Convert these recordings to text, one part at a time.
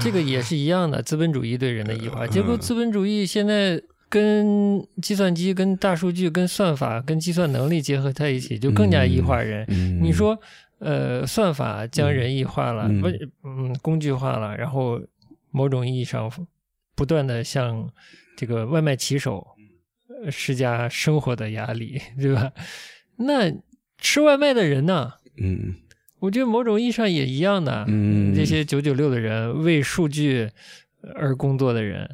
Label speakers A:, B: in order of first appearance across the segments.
A: 这个也是一样的，资本主义对人的异化。结
B: 嗯
A: 果资本主义现在跟计算机、跟大数据、跟算法、跟计算能力结合在一起，就更加异化人。
B: 嗯
A: 你说，呃，算法将人异化了，
B: 嗯
A: 不是，嗯，工具化了，然后某种意义上不断的向这个外卖骑手呃施加生活的压力，对吧？那吃外卖的人呢？
B: 嗯
A: 我觉得某种意义上也一样的。
B: 嗯
A: 这些九九六的人，为数据而工作的人，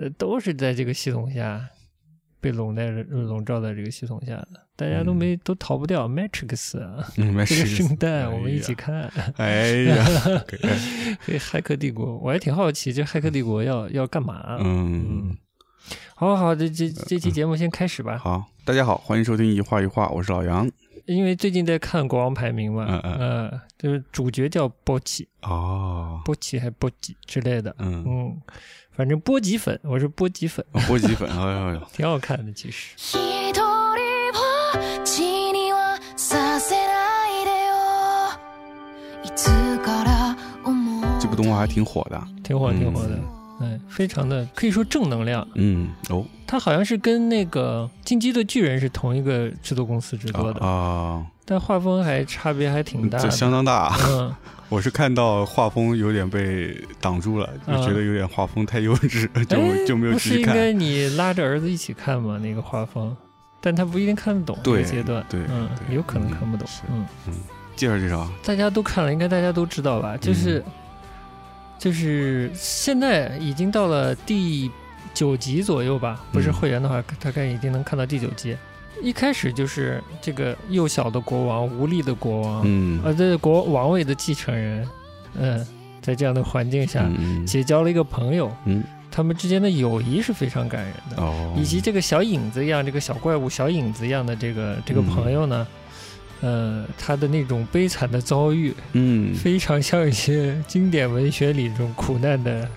A: 呃，都是在这个系统下被笼在笼罩在这个系统下的，大家都没、都逃不掉 Matrix 啊。
B: 嗯，没
A: 这
B: 事
A: 个圣诞我们一起。看《
B: 哎 呀，哎呀
A: 黑
B: 给
A: 骇客帝国》，我还挺好奇这《骇客帝国要》要干嘛、啊
B: 嗯，呃
A: 好好好，这这这期节目先开始吧，
B: 好，大家好，欢迎收听一画一画，我是老杨。
A: 因为最近在看国王排名嘛，
B: 嗯嗯
A: 呃，就是主角叫波奇，
B: 哦，
A: 波奇还波吉之类的，
B: 嗯，
A: 嗯，反正波吉粉，我是波吉粉，
B: 哦波吉粉，哎呦呦，
A: 挺好看的，其实。
C: 一人ぼっちにはさせないでよいつから思う
B: 这部动画还挺火 的。
A: 挺火，挺火的，哎，非常的可以说正能量。
B: 嗯，哦，
A: 它好像是跟那个《进击的巨人》是同一个制作公司制作的，
B: 啊，
A: 但画风还差别还挺大
B: 这
A: 的。
B: 相当大。啊
A: 嗯，
B: 我是看到画风有点被挡住了，就觉得有点画风太幼稚，
A: 嗯 哎
B: 就 就没有
A: 不
B: 继
A: 是
B: 续
A: 应
B: 看。
A: 该你拉着儿子一起看吗？那个画风，但他不一定看得懂那
B: 对
A: 个阶段，
B: 对
A: 嗯，
B: 对
A: 有可能
B: 嗯
A: 看不懂
B: 是，
A: 嗯，
B: 介绍介啊绍，
A: 大家都看了，应该大家都知道
B: 嗯
A: 吧？就是、就是现在已经到了第九集左右吧，不是
B: 嗯
A: 会员的话，大概已经能看到第九集。一开始就是这个幼小的国王，无力的国王，
B: 嗯
A: 呃，这国王位的继承人，嗯，在这样的环境下、
B: 嗯
A: 结交了一个朋友，
B: 嗯
A: 他们之间的友谊是非常感人的。
B: 哦，
A: 以及这个小影子一样，这个小怪物小影子一样的这个这个
B: 嗯
A: 朋友呢，呃，他的那种悲惨的遭遇，
B: 嗯
A: 非常像一些经典文学里这种苦难的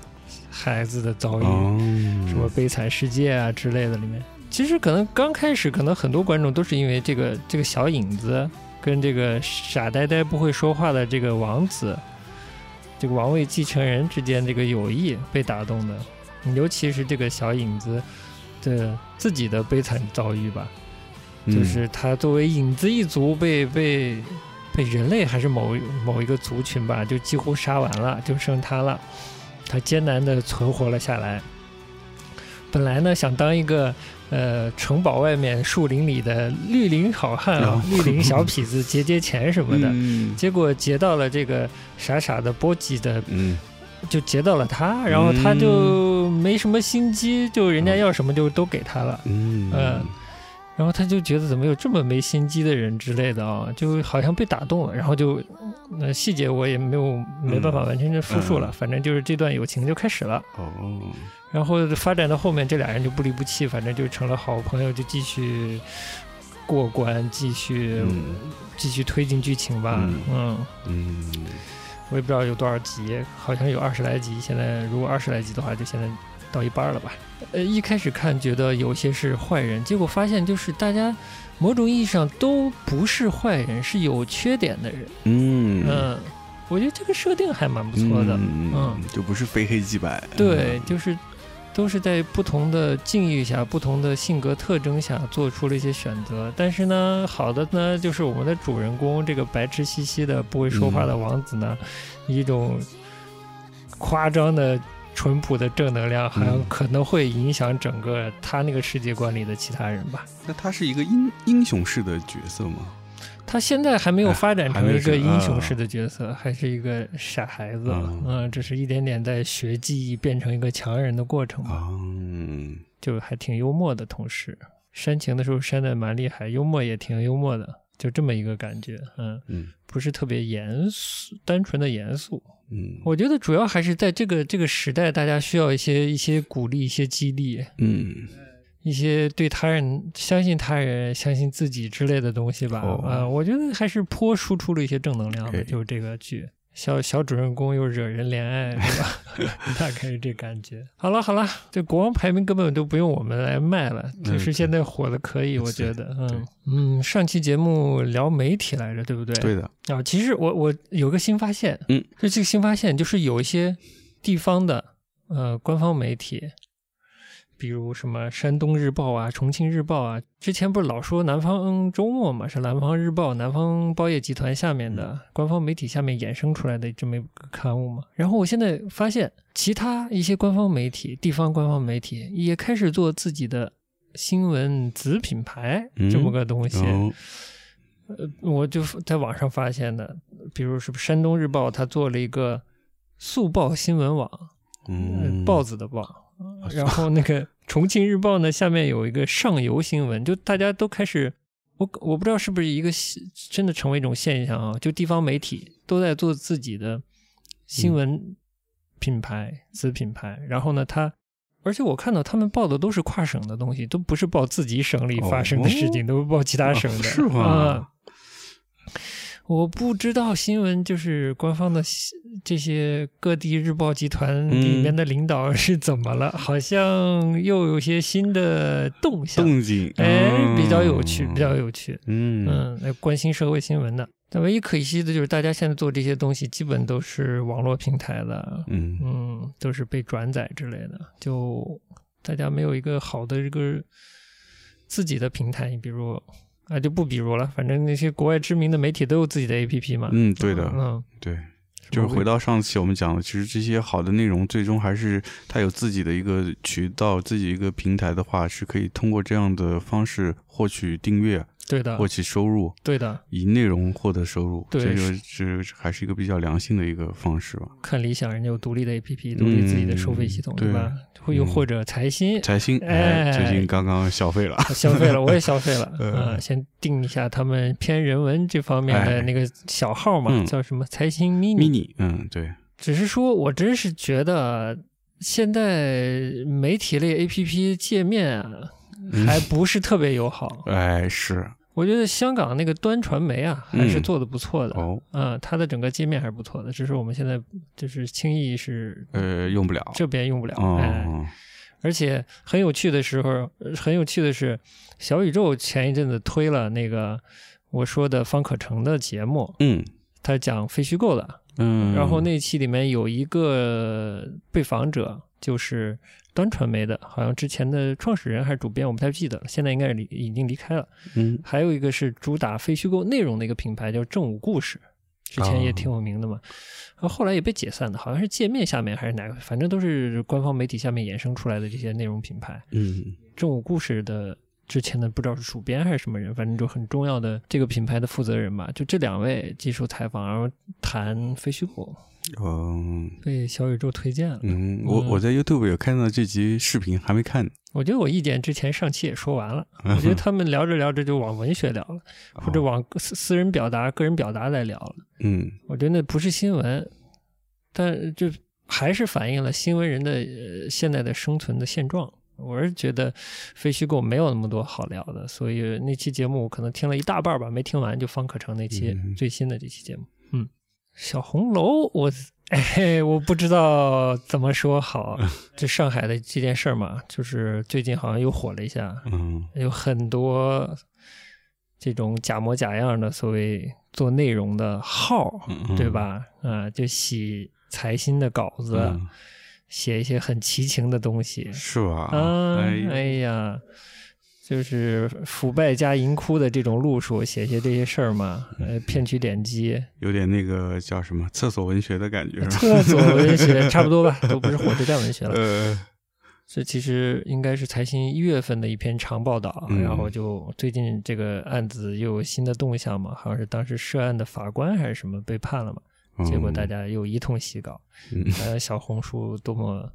A: 孩子的遭遇，
B: 哦，
A: 什么悲惨世界啊之类的里面。嗯其实可能刚开始，可能很多观众都是因为这个这个小影子跟这个傻呆呆不会说话的这个王子，这个王位继承人之间这个友谊被打动的，尤其是这个小影子的自己的悲惨遭遇吧。就
B: 嗯
A: 是他作为影子一族被被被人类还是某某一个族群吧，就几乎杀完了，就剩他了。他艰难的存活了下来。本来呢，想当一个呃城堡外面树林里的绿林好汉啊
B: 哦，
A: 绿林小痞 子劫劫钱什么的，
B: 嗯
A: 结果劫到了这个傻傻的波吉的
B: 嗯
A: 就劫到了他，然后他就没什么心机，就人家要什么就都给他了。
B: 嗯
A: 呃然后他就觉得怎么有这么没心机的人之类的啊，就好像被打动了，然后就，那、细节我也没有没办法完全的复述了，
B: 嗯
A: 反正就是这段友情就开始了，
B: 哦
A: 然后发展到后面这俩人就不离不弃，反正就成了好朋友，就继续过关，继续、
B: 嗯
A: 继续推进剧情吧，
B: 嗯
A: 嗯，
B: 嗯
A: 我也不知道有多少集，好像有二十来集。现在如果二十来集的话，就现在到一半了吧？呃，一开始看觉得有些是坏人，结果发现就是大家某种意义上都不是坏人，是有缺点的人。
B: 嗯
A: 嗯、我觉得这个设定还蛮不错的。嗯，
B: 就不是非黑即白。嗯
A: 对，就是都是在不同的境遇下、不同的性格特征下做出了一些选择。但是呢，好的呢，就是我们的主人公这个白痴兮兮的、不会说话
B: 嗯
A: 的王子呢，以一种夸张的。淳朴的正能量，好像
B: 嗯
A: 可能会影响整个他那个世界观里的其他人吧。
B: 那他是一个英英雄式的角色吗？
A: 他现在还没有发展
B: 哎还
A: 成
B: 没
A: 一个
B: 是
A: 英雄式的角色，还是一个傻孩子。
B: 嗯
A: 嗯，只是一点点在学技艺变成一个强人的过程吧。
B: 啊，嗯
A: 就还挺幽默的，同时煽情的时候煽的蛮厉害，幽默也挺幽默的，就这么一个感觉，嗯，
B: 嗯
A: 不是特别严肃，单纯的严肃。
B: 嗯
A: 我觉得主要还是在这个这个时代，大家需要一些一些鼓励，一些激励，
B: 嗯
A: 一些对他人相信他人、相信自己之类的东西吧。啊、
B: 哦
A: 我觉得还是颇输出了一些正能量的，
B: 哎
A: 就是这个剧。小小主人公又惹人怜爱，是吧？ 大概是这感觉。好了好了，这国王排名根本都不用我们来卖了，就是
B: 嗯对
A: 现在火的可以，我觉得，
B: 对
A: 嗯嗯。上期节目聊媒体来着，对不对？
B: 对的，
A: 啊，其实我我有个新发现，
B: 嗯，
A: 就这个新发现就是有一些地方的呃官方媒体，比如什么山东日报啊、重庆日报啊，之前不是老说南方周末嘛，是南方日报、南方报业集团下面的官方媒体下面衍生出来的这么一个刊物嘛。然后我现在发现，其他一些官方媒体、地方官方媒体也开始做自己的新闻子品牌这么个东西。
B: 然后
A: 呃，我就在网上发现的，比如是不是山东日报，它做了一个速报新闻网，
B: 嗯啊
A: 呃，报纸的报，然后那个重庆日报呢，下面有一个上游新闻，就大家都开始，我我不知道是不是一个系真的成为一种现象啊，就地方媒体都在做自己的
B: 嗯
A: 新闻品牌、子品牌，然后呢，它。而且我看到他们报的都是跨省的东西，都不是报自己省里发生的事情，都是报其他省的。
B: 哦啊是吗
A: 啊我不知道新闻就是官方的新这些各地日报集团
B: 嗯
A: 里面的领导 是怎么了，好像又有些新的动向，
B: 动静，
A: 哎，
B: 嗯
A: 比较有趣，比较，有趣。
B: 嗯
A: 嗯，来关心社会新闻的。但唯一可惜的就是，大家现在做这些东西基本都是网络平台了，
B: 嗯
A: 嗯，都是被转载之类的，就大家没有一个好的这个自己的平台，你比如啊，就不比如了，反正那些国外知名的媒体都有自己的 APP 嘛。
B: 嗯，对的，
A: 嗯，
B: 对，就是回到上期我们讲的，其实这些好的内容最终还是它有自己的一个渠道、自己一个平台的话，是可以通过这样的方式获取订阅、
A: 对的，
B: 获取收入，
A: 对的，
B: 以内容获得收入。
A: 嗯对
B: 这个是还是一个比较良性的一个方式吧。
A: 看理想人家有独立的 APP，独立自己的收费系统，
B: 嗯
A: 对吧？会又
B: 嗯
A: 或者财新。
B: 财新
A: 哎
B: 最近刚刚消费了，
A: 消费 了，我也消费了
B: 嗯
A: 啊、先定一下他们偏人文这方面的
B: 哎
A: 那个小号嘛，
B: 嗯
A: 叫什么财新 mini，
B: mini，嗯，对，
A: 只是说我真是觉得现在媒体类 A P P 界面啊，
B: 嗯
A: 还不是特别友 好。
B: 哎是
A: 我觉得香港那个端传媒啊，
B: 嗯
A: 还是做的不错的。
B: 哦，
A: 嗯，它的整个界面还是不错的，只是我们现在就是轻易是
B: 呃，用不了，
A: 这边用不了。哎，
B: 哦，
A: 而且很有趣的时候，呃很有趣的是，小宇宙前一阵子推了那个我说的方可成的节目，
B: 嗯
A: 他讲非虚构的。
B: 嗯，
A: 然后那期里面有一个被访者，就是端传媒的，好像之前的创始人还是主编，我不太记得了，现在应该是离已经离开了。
B: 嗯
A: 还有一个是主打非虚构内容的一个品牌，叫正午故事，之前也挺有名的嘛。然后后来也被解散的，好像是界面下面还是哪个，反正都是官方媒体下面衍生出来的这些内容品牌。
B: 嗯
A: 正午故事的之前的不知道是主编还是什么人，反正就很重要的这个品牌的负责人吧。就这两位接受采访，然后谈非虚构。
B: 嗯。
A: 被小宇宙推荐了。
B: 嗯，我我在 YouTube 有看到这集视频，还没看，
A: 我觉得我意见之前上期也说完了， 我觉得他们聊着聊着就往文学聊了，或者
B: 哦
A: 往私私人表达、个人表达来聊了。
B: 嗯
A: 我觉得那不是新闻，但就还是反映了新闻人的呃现在的生存的现状。我是觉得非虚构没有那么多好聊的，所以那期节目我可能听了一大半吧，没听完就方可成那期、
B: 嗯
A: 最新的这期节目。嗯，小红楼，我哎，我不知道怎么说好。这上海的这件事儿嘛，就是最近好像又火了一下，
B: 嗯
A: 有很多这种假模假样的所谓做内容的号，
B: 嗯
A: 对吧？啊、就洗财新的稿子，
B: 嗯
A: 写一些很奇情的东西
B: 是吧？
A: 啊，
B: 哎，
A: 哎呀，就是腐败加淫窟的这种路数，写些这些事儿嘛，
B: 嗯
A: 呃，骗取点击，
B: 有点那个叫什么厕所文学的感觉，是吧？
A: 哎厕所文 学差不多吧，都不是火车站文学了。
B: 呃，
A: 这其实应该是财新一月份的一篇长报道，啊
B: 嗯
A: 然后就最近这个案子又有新的动向嘛，好像是当时涉案的法官还是什么被判了嘛，结果大
B: 家
A: 家又一通洗稿，
B: 嗯
A: 呃，小红书多么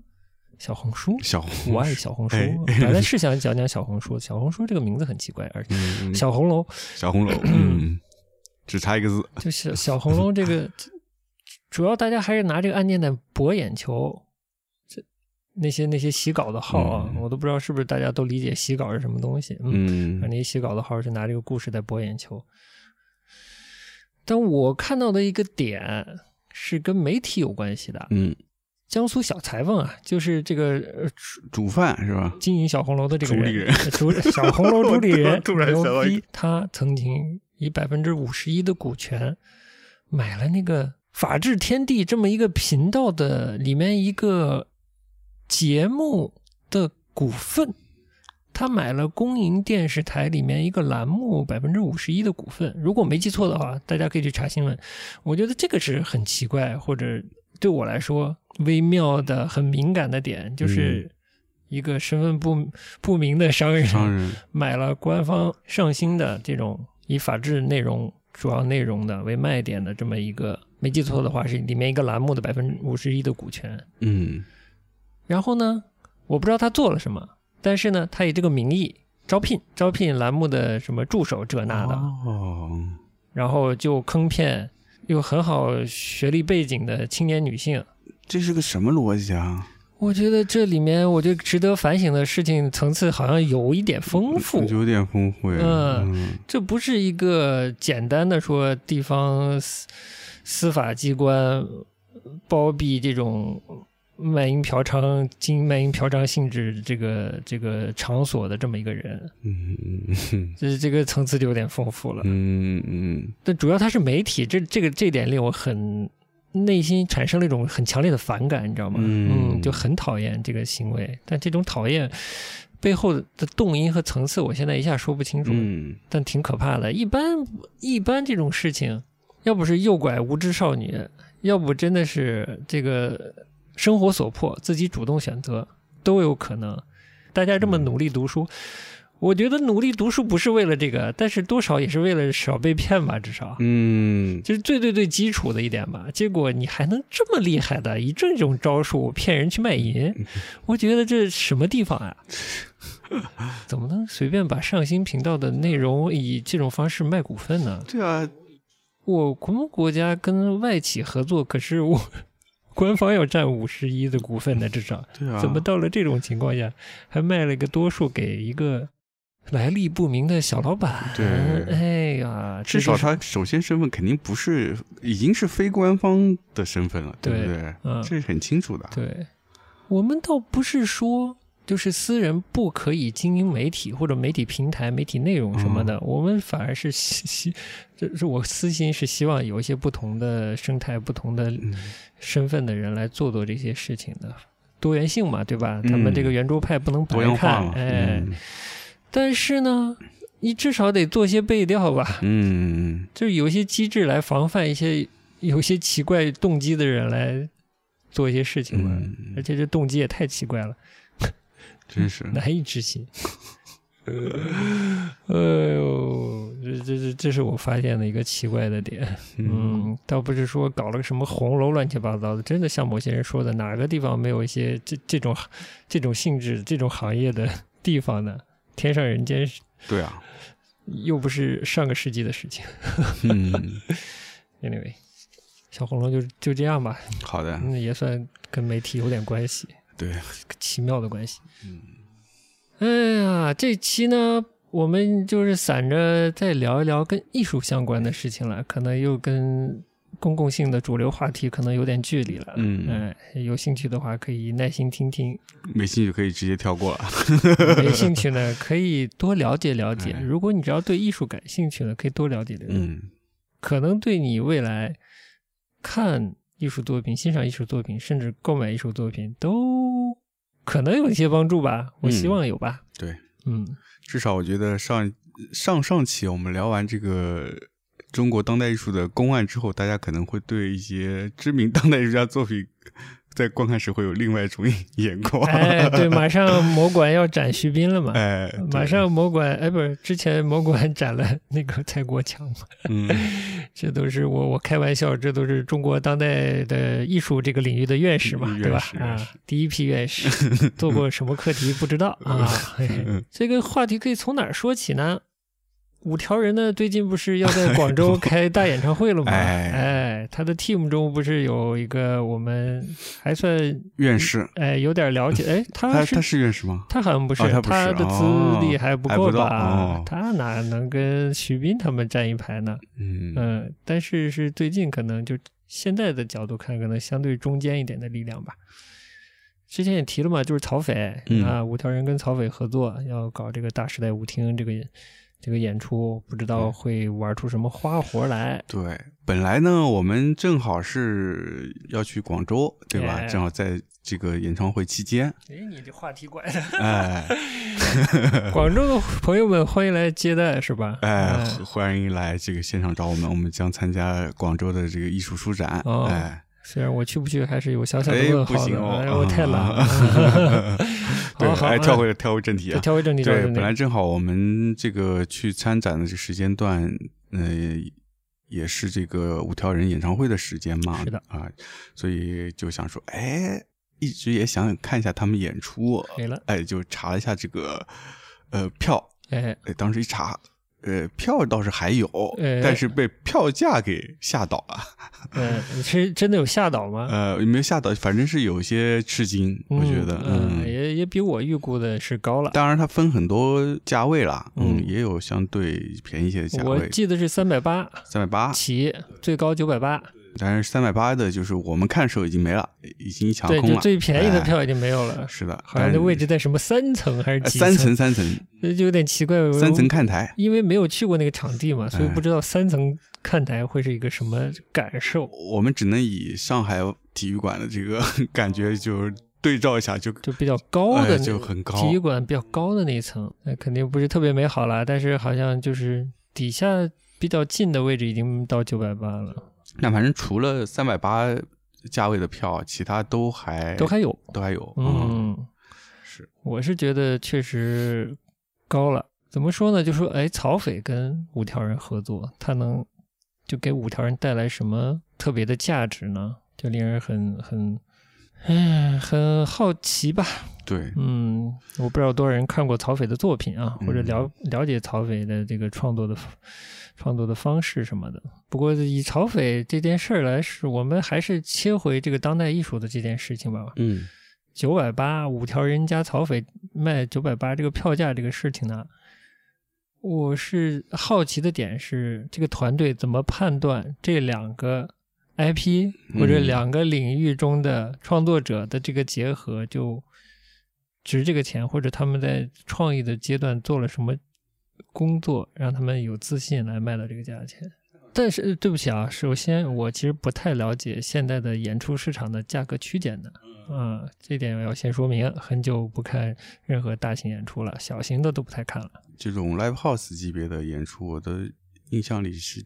A: 小红书，
B: 小红
A: 我爱小红书
B: 哎，
A: 本来是想讲讲小红书，小红书这个名字很奇怪，而且
B: 嗯
A: 小红楼
B: 小红楼，嗯，只差一个字，
A: 就是小红楼这个，这主要大家还是拿这个案件在博眼球。这那些那些洗稿的号啊，
B: 嗯
A: 我都不知道是不是大家都理解洗稿是什么东西。嗯，
B: 嗯
A: 反正一洗稿的号是拿这个故事在博眼球。但我看到的一个点是跟媒体有关系的。
B: 嗯，
A: 江苏小裁缝啊，就是这个呃
B: 煮饭是吧？
A: 经营小红楼的这个
B: 主理
A: 人，
B: 人
A: 主小红楼主理
B: 我
A: 人，
B: 突然想到
A: 牛
B: 一个
A: 逼，他曾经以百分之五十一的股权买了那个法治天地这么一个频道的里面一个节目的股份，他买了公营电视台里面一个栏目百分之五十一的股份，如果没记错的话，大家可以去查新闻。我觉得这个是很奇怪，或者对我来说微妙的、很敏感的点，
B: 嗯
A: 就是一个身份不不明的商人
B: 商人
A: 买了官方上新的这种以法治内容主要内容的为卖点的这么一个，没记错的话是里面一个栏目的百分之五十一的股权。
B: 嗯
A: 然后呢，我不知道他做了什么，但是呢，他以这个名义招聘招聘栏目的什么助手这那的，
B: 哦，
A: 然后就坑骗有很好学历背景的青年女性。
B: 这是个什么逻辑啊？
A: 我觉得这里面我觉得值得反省的事情层次好像有一点丰 富，
B: 有点峰会，
A: 嗯
B: 嗯
A: 这不是一个简单的说地方司司法机关包庇这种卖淫嫖娼、经营卖淫嫖娼性质这个这个场所的这么一个人，
B: 嗯嗯
A: 这这个层次就有点丰富了。
B: 嗯嗯
A: 但主要他是媒体，这这个这点令我很内心产生了一种很强烈的反感，你知道吗？
B: 嗯
A: 就很讨厌这个行为，但这种讨厌背后的动因和层次，我现在一下说不清楚。
B: 嗯
A: 但挺可怕的。一般一般这种事情，要不是诱拐无知少女，要不真的是这个生活所迫，自己主动选择都有可能。大家这么努力读书，我觉得努力读书不是为了这个，但是多少也是为了少被骗吧，至少。
B: 嗯，
A: 这是最最最基础的一点吧，结果你还能这么厉害的以这种招数骗人去卖淫，
B: 嗯
A: 我觉得这什么地方啊？ 怎么能随便把上新频道的内容以这种方式卖股份呢？
B: 对啊，
A: 我我们国家跟外企合作，可是我官方要占五十一的股份呢，至少
B: 对 啊，
A: 怎么到了这种情况下，还卖了一个多数给一个来历不明的小老板？
B: 对
A: 哎呀，
B: 至
A: 这就
B: 少
A: 是
B: 他首先身份肯定不是，已经是非官方的身份了，对不
A: 对
B: 对？
A: 嗯
B: 这是很清楚的。
A: 对，我们倒不是说就是私人不可以经营媒体或者媒体平台、媒体内容什么的，
B: 嗯
A: 我们反而是希希，就是我私心是希望有一些不同的生态、不同的
B: 嗯
A: 身份的人来做做这些事情的。多元性嘛，对吧？咱们这个圆桌派不能白
B: 嗯多样化
A: 看，
B: 嘛，
A: 哎。
B: 嗯
A: 但是呢，你至少得做些背调吧，
B: 嗯，
A: 就是有一些机制来防范一些有些奇怪动机的人来做一些事情吧。
B: 嗯
A: 而且这动机也太奇怪了，
B: 真是，
A: 难以置 信。哎呦，这这这这是我发现的一个奇怪的点。
B: 嗯
A: 嗯，倒不是说搞了个什么红楼乱七八糟的，真的像某些人说的，哪个地方没有一些这这种这种性质、这种行业的地方呢？天上人间
B: 对 啊，
A: 又不是上个世纪的事情。
B: 嗯，
A: Anyway，小红楼就就这样吧，
B: 好的，
A: 那也算跟媒体有点关系，
B: 对，
A: 奇妙的关系。
B: 嗯
A: 哎呀，这期呢，我们就是散着再聊一聊跟艺术相关的事情了，可能又跟公共性的主流话题可能有点距离了。
B: 嗯，
A: 哎，有兴趣的话可以耐心听 听，
B: 没兴趣可以直接跳过了。
A: 没兴趣呢可以多了解了解。
B: 哎
A: 如果你只要对艺术感兴趣呢，可以多了解了解。
B: 嗯
A: 可能对你未来看艺术作品、欣赏艺术作品，甚至购买艺术作品，都可能有一些帮助吧。我希望有吧。
B: 对，
A: 嗯
B: 至少我觉得上上上期我们聊完这个中国当代艺术的公案之后，大家可能会对一些知名当代艺术家作品在观看时会有另外一种 眼光。
A: 哎，对，马上魔馆要展徐斌了嘛。
B: 哎，对
A: 呃马上魔馆，哎，不是之前魔馆展了那个蔡国强嘛，
B: 嗯
A: 这都是我我开玩笑，这都是中国当代的艺术这个领域的院士嘛，
B: 嗯
A: 对吧
B: 院士？
A: 啊
B: 院士，
A: 第一批院士做过什么课题不知道 啊。嘿嘿
B: 嗯
A: 这个话题可以从哪儿说起呢？五条人呢，最近不是要在广 州开大演唱会了吗？
B: 哎
A: 哎，他的 team 中不是有一个我们还算
B: 院士，
A: 哎有点了解，哎，他
B: 他
A: 是
B: 他是院士吗？
A: 他好像不是，
B: 哦他不是
A: 的资历还不够吧？
B: 哦还不到哦
A: 他哪能跟徐斌他们站一排呢？
B: 嗯
A: 嗯，但是是最近可能就现在的角度看，可能相对中间一点的力量吧。之前也提了嘛，就是曹斐、
B: 嗯
A: 啊，五条人跟曹斐合作，要搞这个“大时代舞厅”这个这个演出不知道会玩出什么花活来。
B: 对，本来呢，我们正好是要去广州，对吧？
A: 哎
B: 正好在这个演唱会 期间，
A: 哎，你这话题怪的。
B: 哎
A: 广州的朋友们，欢迎来接待，是吧？啊
B: 哎，
A: 嗯
B: 欢迎来这个现场找我们，我们将参加广州的这个艺术书展，
A: 哦
B: 哎，
A: 虽然我去不去还是有小小的
B: 哎
A: 问，
B: 不
A: 号
B: 行
A: 的，
B: 哦，
A: 哎，我太懒了。。
B: 了 对
A: 好，好
B: 哎，跳
A: 嗯
B: 回跳回正题
A: 对
B: 啊，
A: 跳回正题，跳回
B: 对，
A: 正
B: 本
A: 题。
B: 来正好我们这个去参展的这个时间段，呃，也是这个五条人演唱会的时间嘛，
A: 是的
B: 啊，所以就想说，哎，一直也想看一下他们演出，
A: 没了，
B: 哎，就查了一下这个呃票，
A: 哎，
B: 哎，当时一查。呃，票倒是还有，
A: 哎
B: 但是被票价给吓倒了。
A: 嗯，是真的有吓倒吗？
B: 呃，也没有吓倒，反正是有些吃惊，我觉得。嗯，
A: 啊嗯，也也比我预估的是高了。
B: 当然它分很多价位啦，嗯，
A: 嗯
B: 也有相对便宜一些的价
A: 我
B: 位，
A: 记得是三百八
B: 三百八，
A: 起，最高九百八，
B: 但是三百八的，就是我们看的时候已经没了，已经一抢
A: 对，
B: 空
A: 就
B: 了。
A: 最便宜的
B: 哎
A: 票已经没有了。
B: 是的，
A: 好像那
B: 但
A: 位置在什么三层还是
B: 呃
A: 几
B: 三层，三层，
A: 这就有点奇怪。我
B: 三层看台。
A: 因为没有去过那个场地嘛，所以
B: 哎
A: 不知道三层看台会是一个什么感受。
B: 我们只能以上海体育馆的这个 感觉，就是对照一下，就
A: 就比较高的
B: 哎
A: 那
B: 就很高。
A: 体育馆比较高的那一层，那肯定不是特别美好啦。但是好像就是底下比较近的位置已经到九百八了，
B: 那反正除了三百八价位的票，其他都还
A: 都还有。
B: 都还有。嗯，
A: 嗯，
B: 是
A: 我是觉得确实高了。怎么说呢？就说哎，曹斐跟五条人合作，他能就给五条人带来什么特别的价值呢？就令人很很，嗯，很好奇吧。
B: 对，
A: 嗯，我不知道有多少人看过曹斐的作品啊，或者了了解曹斐的这个创作的创作的方式什么的。不过以曹斐这件事儿来是，我们还是切回这个当代艺术的这件事情吧。
B: 嗯，
A: 九百八五条人加曹斐卖九百八这个票价这个事情呢，我是好奇的点是这个团队怎么判断这两个 IP 或者
B: 嗯
A: 两个领域中的创作者的这个结合就值这个钱，或者他们在创意的阶段做了什么工作，让他们有自信来卖到这个价钱。但是呃对不起啊，首先我其实不太了解现在的演出市场的价格区间的，嗯，这点我要先说明。很久不看任何大型演出了，小型的都不太看了。
B: 这种 live house 级别的演出，我的印象里是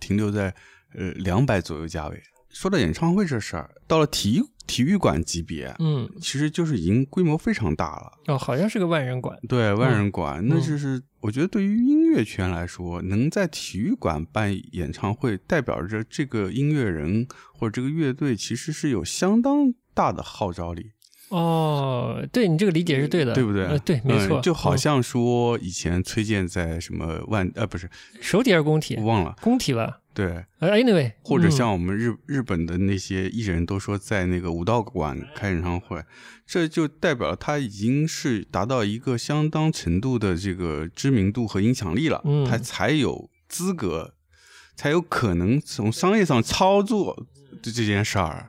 B: 停留在呃两百左右价位。说到演唱会这事儿，到了体育体育馆级别，
A: 嗯，
B: 其实就是已经规模非常大了。
A: 哦，好像是个万人馆。
B: 对万
A: 嗯
B: 人馆，那就是我觉得对于音乐圈来说，能在体育馆办演唱会，代表着这个音乐人或者这个乐队其实是有相当大的号召力。
A: 哦，对你这个理解是对的，
B: 对不对？
A: 呃、对，没
B: 嗯
A: 错。
B: 就好
A: 嗯
B: 像说以前崔健在什么万呃不是
A: 手底还是工体，
B: 忘了
A: 工体吧。
B: 对，
A: 呃，anyway，
B: 或者
A: 嗯
B: 像我们日、日本的那些艺人都说在那个武道馆开演唱会，这就代表他已经是达到一个相当程度的这个知名度和影响力了，
A: 嗯
B: 他才有资格，才有可能从商业上操作这这件事儿。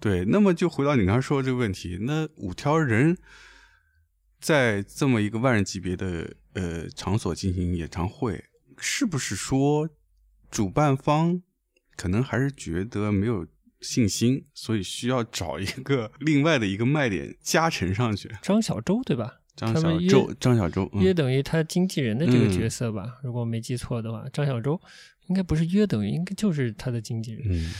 B: 对，那么就回到你刚才说的这个问题，那五条人在这么一个万人级别的呃场所进行演唱会，是不是说主办方可能还是觉得没有信心，所以需要找一个 另外的一个卖点加成上去？
A: 张小周对吧？
B: 张
A: 他们
B: 小
A: 约
B: 周，张小周，
A: 约
B: 嗯，
A: 等于他经纪人的这个
B: 嗯
A: 角色吧，如果我没记错的话，张小周应该不是约等于，应该就是他的经纪人。
B: 嗯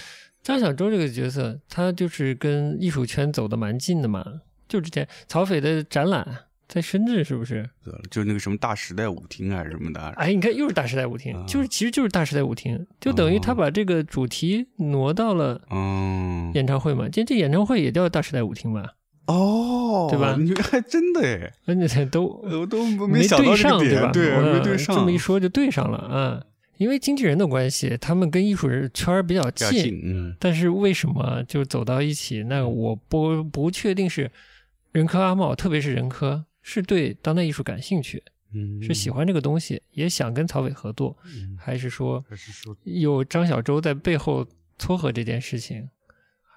A: 张小周这个角色，他就是跟艺术圈走的蛮近的嘛。就之前曹斐的展览在深圳是不是？
B: 对了就那个什么大时代舞厅啊还是什么的，
A: 哎，你看又是大时代舞厅，
B: 啊
A: 就是其实就是大时代舞厅，就等于
B: 哦
A: 他把这个主题挪到了
B: 嗯，
A: 演唱会嘛。这这演唱会也叫大时代舞厅吧？
B: 哦，
A: 对吧
B: 你还真的哎，
A: 而且都
B: 呃我都没想到
A: 对
B: 这
A: 上
B: 个点，
A: 吧？
B: 对，
A: 嗯
B: 没对上。
A: 这么一说就对上了啊，因为经纪人的关系，他们跟艺术人圈儿比较
B: 比较近，嗯，
A: 但是为什么就走到一起？那我不不确定是任科阿茂，特别是任科，是对当代艺术感兴趣，
B: 嗯
A: 是喜欢这个东西，也想跟曹伟合作，
B: 嗯
A: 还是说
B: 还是说，
A: 有张小周在背后撮合这件事情，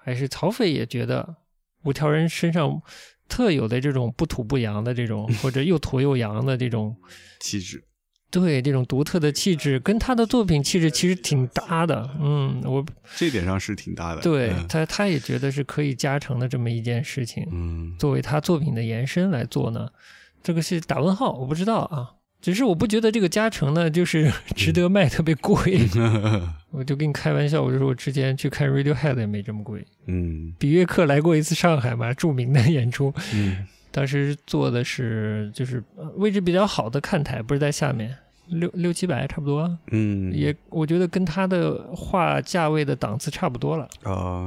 A: 还是曹斐也觉得五条人身上特有的这种不土不洋的这种，或者又土又洋的这种
B: 气质，
A: 对这种独特的气质，跟他的作品气质其实挺搭的。嗯，我
B: 这点上是挺大的。
A: 对
B: 嗯
A: 他他也觉得是可以加成的这么一件事情。
B: 嗯，
A: 作为他作品的延伸来做呢？这个是打问号，我不知道啊。只是我不觉得这个加成呢，就是 值得卖特别贵。我就跟你开玩笑，我就说我之前去看 Radiohead 也没这么贵。
B: 嗯
A: 比乐克来过一次上海嘛，著名的演出，
B: 嗯
A: 当时坐的是就是呃位置比较好的看台，不是在下面，六六七百差不多啊，
B: 嗯，
A: 也我觉得跟他的画价位的档次差不多了。
B: 哦，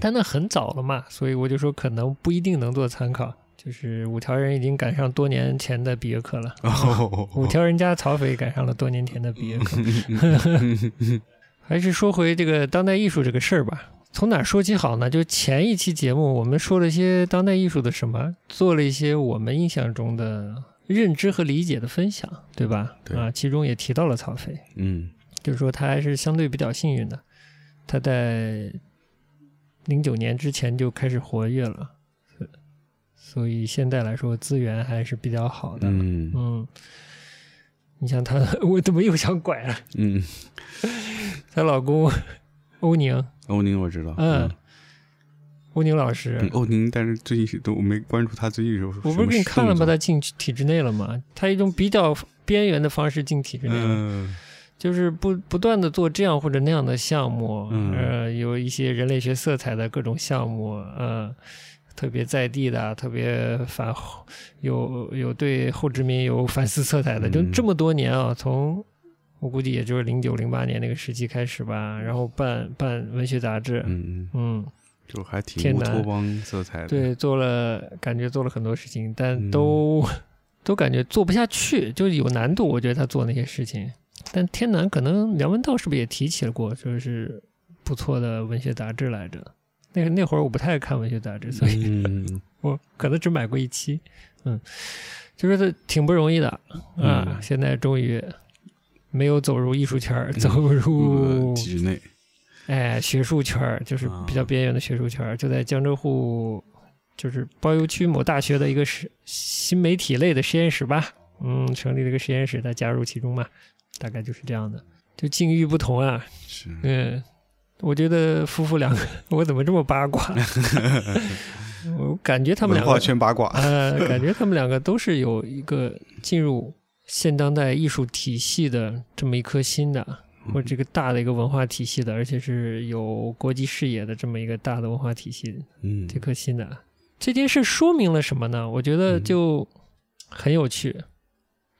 A: 但那很早了嘛，所以我就说可能不一定能做参考。就是五条人已经赶上多年前的比约克了，
B: 哦
A: 五条人家曹斐赶上了多年前的比约克。还是说回这个当代艺术这个事儿吧，从哪儿说起好呢？就前一期节目我们说了一些当代艺术的什么，做了一些我们印象中的认知和理解的分享，对吧？
B: 对
A: 啊，其中也提到了曹斐。
B: 嗯
A: 就是说他还是相对比较幸运的，他在零九年之前就开始活跃了，所所以现在来说资源还是比较好的。
B: 嗯
A: 嗯你像她，我怎么又想拐了？
B: 嗯，
A: 她老公欧宁，
B: 欧宁我知道，
A: 嗯，欧宁老师，
B: 嗯，欧宁，但是最近是都我没关注他最近是我
A: 我不是给你看了吗？他进体制内了吗？他一种比较边缘的方式进体制内了。
B: 嗯
A: 就是不不断的做这样或者那样的项目，
B: 嗯
A: 呃，有一些人类学色彩的各种项目，呃，特别在地的，特别反后有有对后殖民有反思色彩的，就
B: 嗯
A: 这么多年啊，从我估计也就是零九零八年那个时期开始吧，然后办办文学杂志，
B: 嗯，嗯
A: 嗯，
B: 就还挺
A: 天
B: 乌
A: 南
B: 托邦色彩的，
A: 对，做了感觉做了很多事情，但
B: 嗯
A: 都、都感觉做不下去，就是有难度。我觉得他做那些事情，但天南可能梁文道是不是也提起了过，就是不错的文学杂志来着？那那会儿我不太看文学杂志，所 以
B: 嗯，
A: 我可能只买过一期。嗯，就是他挺不容易的啊，
B: 嗯
A: 现在终于没有走入艺术圈儿，走入、
B: 嗯体制内，
A: 哎，学术圈儿就是比
B: 啊
A: 较边缘的学术圈儿，就在江浙沪，就是包邮区某大学的一个实新媒体类的实验室吧。嗯，成立了一个实验室，他加入其中嘛，大概就是这样的。就境遇不同啊，
B: 是，
A: 嗯，我觉得夫妇两个，我怎么这么八卦？ 我感觉他们
B: 文
A: 两
B: 化
A: 个，
B: 圈八卦，
A: 呃，感觉他们两个都是有一个进入现当代艺术体系的这么一颗心的，啊
B: 嗯
A: 或者这个大的一个文化体系的，而且是有国际视野的这么一个大的文化体系，
B: 嗯，
A: 这颗心的。啊这件事说明了什么呢？我觉得
B: 嗯
A: 就很有趣，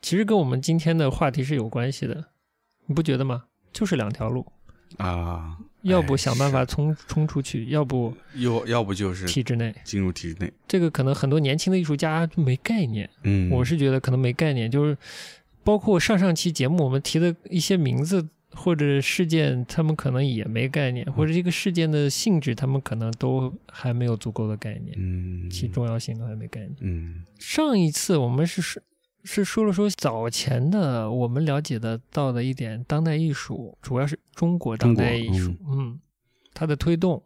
A: 其实跟我们今天的话题是有关系的，你不觉得吗？就是两条路，
B: 啊，
A: 要
B: 哎
A: 不想办法冲冲出去，要不
B: 又要不就是
A: 体制内。
B: 进入体制内，
A: 这个可能很多年轻的艺术家就没概念。
B: 嗯，
A: 我是觉得可能没概念，就是包括上上期节目我们提的一些名字或者事件，他们可能也没概念，或者这个事件的性质，他们可能都还没有足够的概念，
B: 嗯，
A: 其重要性都还没概念。
B: 嗯
A: 上一次我们是说。是说了说早前的我们了解得到的一点当代艺术，主要是中国当代艺术
B: 中，
A: 嗯，它的推动，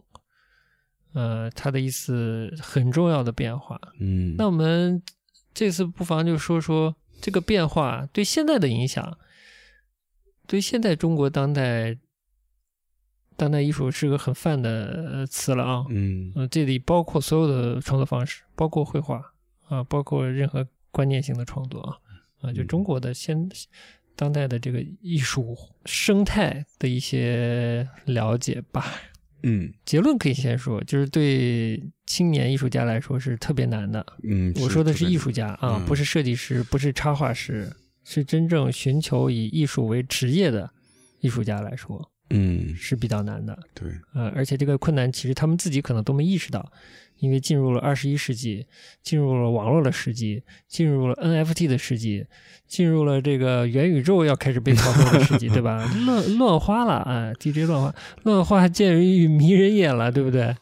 A: 呃，它的一次很重要的变化，
B: 嗯，
A: 那我们这次不妨就说说这个变化对现在的影响，对现在中国当代当代艺术是个很泛的呃词了啊。
B: 嗯
A: 嗯、这里包括所有的创作方式，包括绘画啊，包括任何观念性的创作啊，啊，就
B: 嗯
A: 中国的现当代的这个艺术生态的一些了解吧。
B: 嗯
A: 结论可以先说，就是对青年艺术家来说是特别难的，
B: 嗯，
A: 我说的
B: 特
A: 是
B: 别
A: 艺术家啊，
B: 嗯
A: 不是设计师，不是插画师，是真正寻求以艺术为职业的艺术家来说
B: 嗯，
A: 是比较难的。
B: 对，
A: 呃，而且这个困难其实他们自己可能都没意识到，因为进入了二十一世纪，进入了网络的世纪，进入了 NFT 的世纪，进入了这个元宇宙要开始被炒作的世纪，对 吧？乱乱花了啊，DJ 乱花，乱花渐欲迷人眼了，对不对？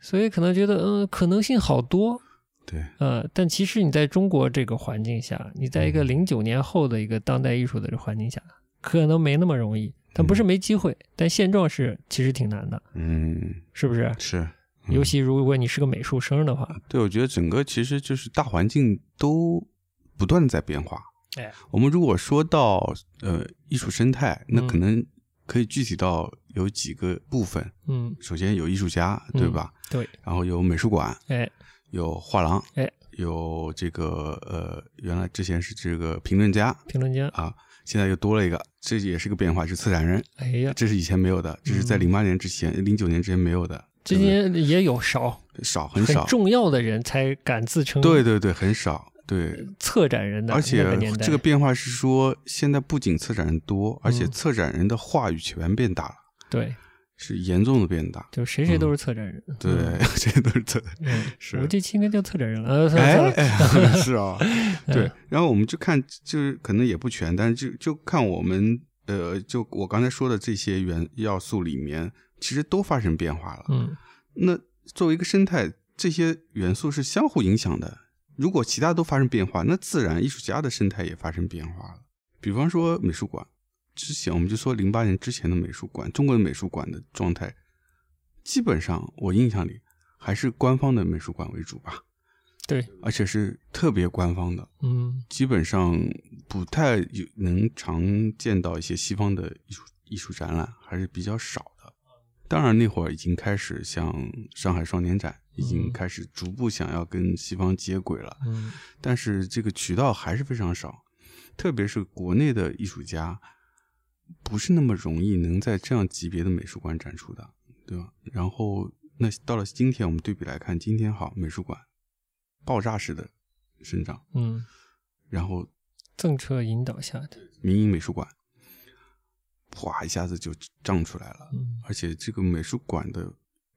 A: 所以可能觉得，嗯、可能性好多，
B: 对，
A: 呃，但其实你在中国这个环境下，你在一个
B: 嗯
A: 零九年后的一个当代艺术的这环境下，可能没那么容易。但不是没机会，但现状是其实挺难的，
B: 嗯，
A: 是不是？
B: 是，嗯
A: 尤其如果你是个美术生的话，
B: 对，我觉得整个其实就是大环境都不断地在变化，
A: 哎，
B: 我们如果说到呃艺术生态，那
A: 嗯
B: 可能可以具体到有几个部分。
A: 嗯，
B: 首先有艺术家，
A: 嗯
B: 对吧？
A: 对，
B: 然后有美术馆，
A: 哎，
B: 有画廊，
A: 哎，
B: 有这个呃，原来之前是这个评论家，
A: 评论家，
B: 啊，现在又多了一个，这也是个变化，是策展人，
A: 哎呀，
B: 这是以前没有的，这是
A: 嗯
B: 在零八年之前、零九年之前没有的，
A: 这些也有少，
B: 少很少，
A: 重要的人才敢自称
B: 对对对，很少，对。
A: 策展人的，
B: 而且
A: 那个年代
B: 这个变化是说，现在不仅策展人多，而且
A: 嗯
B: 策展人的话语权变大了，
A: 对，
B: 是严重的变大。
A: 就谁谁都是策展人，
B: 对，
A: 嗯
B: 这些都是策展人。
A: 嗯，
B: 是
A: 我们这期应该叫策展人了，呃，算了算
B: 哎
A: 了，，
B: 哎 是啊，
A: 嗯
B: 对。然后我们就看，就是可能也不全，但是就就看我们呃，就我刚才说的这些元要素里面，其实都发生变化了。
A: 嗯，
B: 那作为一个生态，这些元素是相互影响的。如果其他都发生变化，那自然艺术家的生态也发生变化了。比方说美术馆，之前我们就说零八年之前的美术馆，中国的美术馆的状态，基本上我印象里还是官方的美术馆为主吧，
A: 对，
B: 而且是特别官方的，
A: 嗯，
B: 基本上不太有能常见到一些西方的艺术艺术展览，还是比较少的。当然，那会儿已经开始像上海双年展，已经
A: 嗯
B: 开始逐步想要跟西方接轨了，
A: 嗯，
B: 但是这个渠道还是非常少，特别是国内的艺术家，不是那么容易能在这样级别的美术馆展出的，对吧？然后，那到了今天，我们对比来看，今天好，美术馆爆炸式的生长，
A: 嗯，
B: 然后
A: 政策引导下的，
B: 民营美术馆，哗一下子就涨出来了。
A: 嗯，
B: 而且这个美术馆的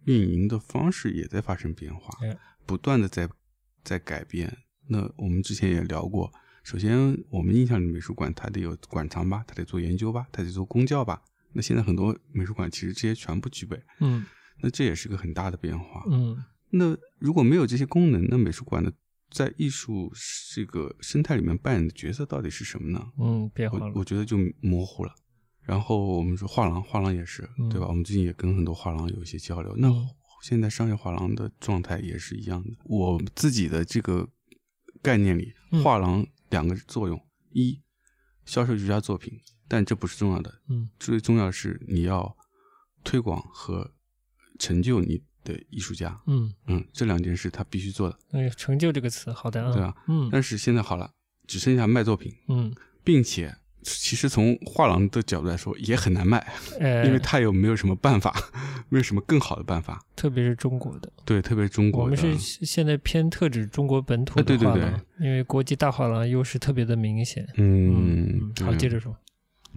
B: 运营的方式也在发生变化
A: 哎，
B: 不断的在在改变。那我们之前也聊过，首先我们印象里美术馆它得有馆藏吧，它得做研究吧，它得做公教吧。那现在很多美术馆其实这些全部具备，
A: 嗯，
B: 那这也是个很大的变化。
A: 嗯，
B: 那如果没有这些功能，那美术馆的在艺术这个生态里面扮演的角色到底是什么呢？
A: 嗯，变化
B: 我
A: 了
B: 我，觉得就模糊了。然后我们说画廊，画廊也是、
A: 嗯
B: 对吧？我们最近也跟很多画廊有一些交流。那现在商业画廊的状态也是一样的。我自己的这个概念里，
A: 嗯
B: 画廊两个作用：一，销售艺术家作品，但这不是重要的，
A: 嗯，
B: 最重要的是你要推广和成就你的艺术家。
A: 嗯，
B: 嗯，这两件事他必须做的。
A: 哎呀，成就这个词，好的啊，
B: 对啊，
A: 嗯，
B: 但是现在好了，只剩下卖作品，
A: 嗯，
B: 并且其实从画廊的角度来说也很难卖，
A: 呃，
B: 哎因为它有没有什么办法， 没有什么更好的办法。
A: 特别是中国的，
B: 对，特别中
A: 我
B: 国
A: 们
B: 的，
A: 是现在偏特指中国本土
B: 啊对
A: 的
B: 对
A: 画
B: 对
A: 廊，因为国际大画廊优势特别的明显。
B: 嗯，对
A: 好，接着说。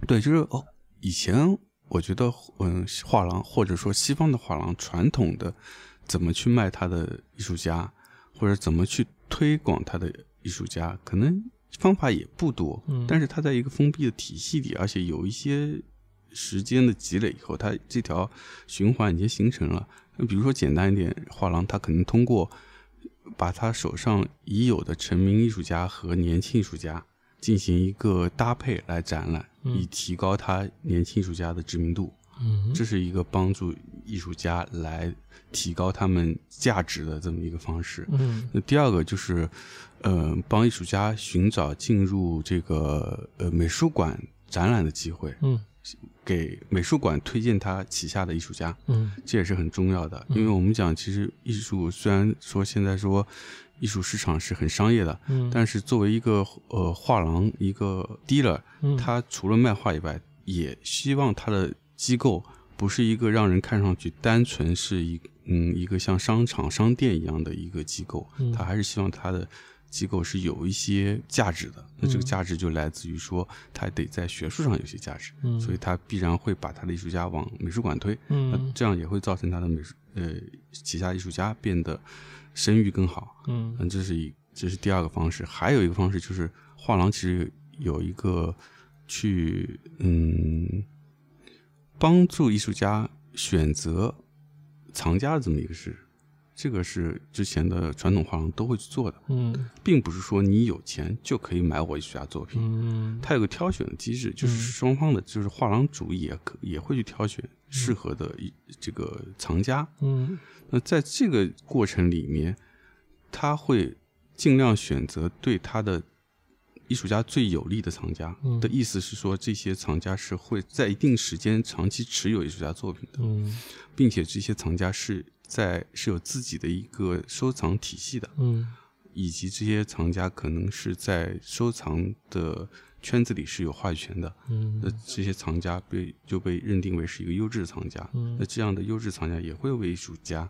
B: 对，就是哦，以前我觉得嗯，画廊或者说西方的画廊传统的怎么去卖他的艺术家，或者怎么去推广他的艺术家，可能方法也不多，
A: 嗯
B: 但是它在一个封闭的体系里，而且有一些时间的积累以后，它这条循环已经形成了。那比如说简单一点，画廊它可能通过把他手上已有的成名艺术家和年轻艺术家进行一个搭配来展览，
A: 嗯
B: 以提高他年轻艺术家的知名度。
A: 嗯
B: 这是一个帮助艺术家来提高他们价值的这么一个方式。
A: 嗯
B: 那第二个就是，呃，帮艺术家寻找进入这个呃美术馆展览的机会，
A: 嗯
B: 给美术馆推荐他旗下的艺术家，
A: 嗯
B: 这也是很重要的。
A: 嗯
B: 因为我们讲，其实艺术虽然说现在说艺术市场是很商业的，
A: 嗯，
B: 但是作为一个呃画廊一个 dealer，
A: 嗯
B: 他除了卖画以外，也希望他的机构不是一个让人看上去单纯是一嗯一个像商场、商店一样的一个机构，
A: 嗯
B: 他还是希望他的机构是有一些价值的。那这个
A: 嗯
B: 价值就来自于说，他得在学术上有些价值，
A: 嗯
B: 所以他必然会把他的艺术家往美术馆推，那
A: 嗯
B: 这样也会造成他的美术呃旗下艺术家变得声誉更好。
A: 嗯
B: 嗯，这是一，这是第二个方式。还有一个方式就是画廊其实有一个去嗯帮助艺术家选择藏家的这么一个事，这个是之前的传统画廊都会去做的，
A: 嗯
B: 并不是说你有钱就可以买我艺术家作品。
A: 嗯，
B: 它有个挑选的机制，就是
A: 嗯
B: 双方的，就是画廊主也可也会去挑选适合的一这个藏家，
A: 嗯
B: 那在这个过程里面，他会尽量选择对他的艺术家最有力的藏家、
A: 嗯
B: 的意思是说，这些藏家是会在一定时间长期持有艺术家作品的，
A: 嗯
B: 并且这些藏家是在是有自己的一个收藏体系的，
A: 嗯
B: 以及这些藏家可能是在收藏的圈子里是有话语权的。那
A: 嗯
B: 这些藏家被就被认定为是一个优质的藏家，
A: 嗯
B: 那这样的优质藏家也会为艺术家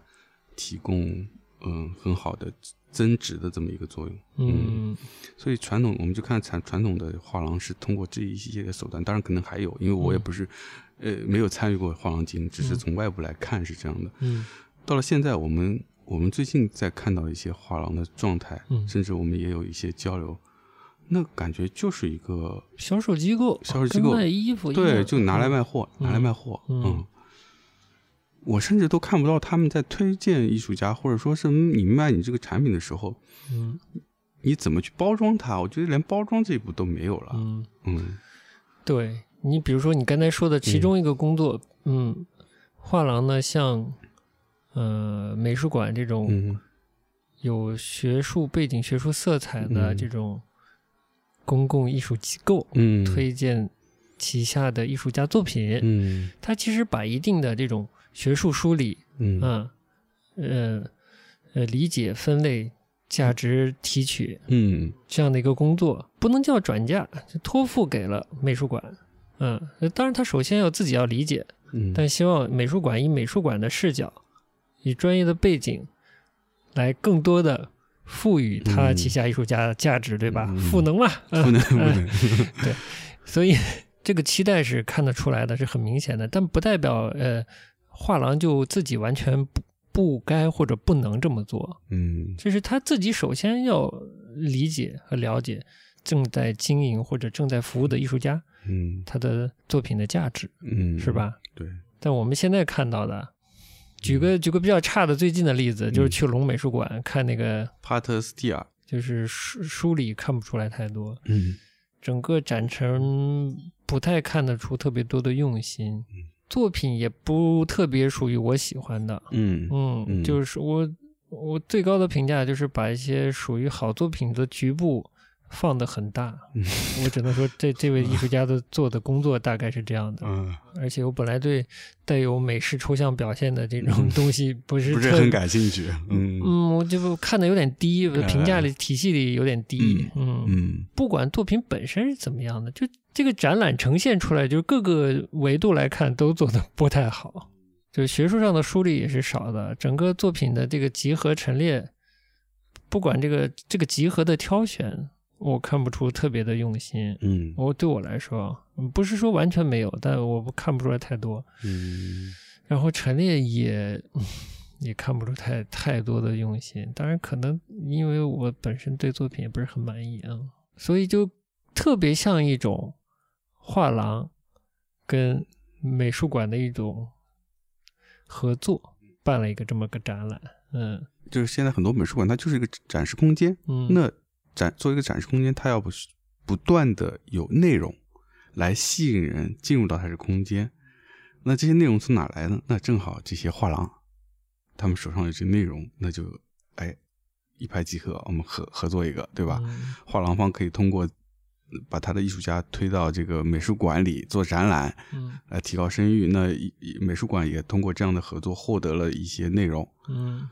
B: 提供嗯很好的增值的这么一个作用。
A: 嗯
B: 所以传统我们就看传传统的画廊是通过这一系列的手段，当然可能还有，因为我也不是、呃没有参与过画廊经营，只是从外部来看是这样的。
A: 嗯
B: 到了现在，我们我们最近在看到一些画廊的状态，
A: 嗯
B: 甚至我们也有一些交流，那感觉就是一个
A: 销售机构，
B: 销售机构
A: 跟卖衣服一样
B: 对，就拿来卖货，
A: 嗯
B: 拿来卖货。
A: 嗯
B: 嗯，我甚至都看不到他们在推荐艺术家，或者说是你卖你这个产品的时候，
A: 嗯
B: 你怎么去包装它？我觉得连包装这一步都没有了。
A: 嗯，
B: 嗯
A: 对你比如说你刚才说的其中一个工作，嗯，画廊呢，像呃美术馆这种
B: 嗯
A: 有学术背景、学术色彩的
B: 嗯
A: 这种公共艺术机构，
B: 嗯，
A: 推荐旗下的艺术家作品，
B: 嗯
A: 它其实把一定的这种学术梳理，
B: 嗯
A: 嗯，呃呃，理解、分类、价值提取
B: 嗯
A: 这样的一个工作，不能叫转嫁，就托付给了美术馆。嗯，呃当然，他首先要自己要理解，
B: 嗯，
A: 但希望美术馆以美术馆的视角，以专业的背景，来更多的赋予他
B: 嗯
A: 旗下艺术家的价值，对吧
B: 嗯？
A: 赋能嘛，嗯
B: 不能不能，
A: 所以 这个期待是看得出来的，是很明显的，但不代表呃画廊就自己完全不不该或者不能这么做，
B: 嗯
A: 这是他自己首先要理解和了解正在经营或者正在服务的艺术家
B: 嗯
A: 他的作品的价值，
B: 嗯，
A: 是？吧？
B: 对，
A: 但我们现在看到的。举个举个比较差的最近的例子，就是
B: 嗯
A: 去龙美术馆看那个，
B: 帕特斯蒂尔，
A: 就是书书里看不出来太多，
B: 嗯
A: 整个展陈不太看得出特别多的用心，
B: 嗯
A: 作品也不特别属于我喜欢的。
B: 嗯
A: 嗯，
B: 嗯
A: 就是我我最高的评价就是把一些属于好作品的局部放得很大。
B: 嗯
A: 我只能说这这位艺术家 的做的工作大概是这样的。
B: 嗯，
A: 而且我本来对带有美式抽象表现的这种东西不是
B: 嗯不是
A: 特
B: 很感兴趣。嗯
A: 嗯，我就看的有点低，我的评价里体系里有点低。嗯
B: 嗯
A: 不管作品本身是怎么样的，就这个展览呈现出来，就是各个维度来看都做的不太好，就是学术上的梳理也是少的，整个作品的这个集合陈列，不管这个这个集合的挑选，我看不出特别的用心。
B: 嗯
A: 我对我来说，嗯不是说完全没有，但我不看不出来太多。
B: 嗯
A: 然后陈列也也看不出太太多的用心。当然，可能因为我本身对作品也不是很满意啊，所以就特别像一种画廊跟美术馆的一种合作，办了一个这么个展览。嗯
B: 就是现在很多美术馆，它就是一个展示空间，
A: 嗯，
B: 那展做一个展示空间，它要不是不断的有内容来吸引人进入到它的空间。那这些内容从哪来呢？那正好这些画廊，他们手上有这内容，那就哎一拍即合，我们合合作一个，对吧？
A: 嗯
B: 画廊方可以通过把他的艺术家推到这个美术馆里做展览，
A: 嗯
B: 来提高声誉。那一一美术馆也通过这样的合作获得了一些内容，
A: 嗯，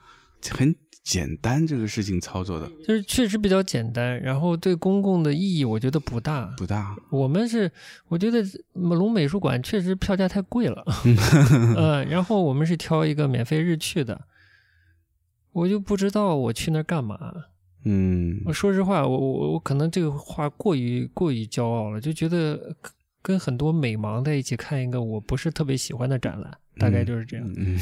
B: 很简单，这个事情操作的
A: 就是确实比较简单，然后对公共的意义我觉得不大。
B: 不大。
A: 我们是，我觉得龙美术馆确实票价太贵了，
B: 嗯
A: 呃，然后我们是挑一个免费日去的，我就不知道我去那儿干嘛。
B: 嗯
A: 我说实话，我我我可能这个话过于过于骄傲了，就觉得跟很多美盲在一起看一个我不是特别喜欢的展览，大概就是这样。
B: 嗯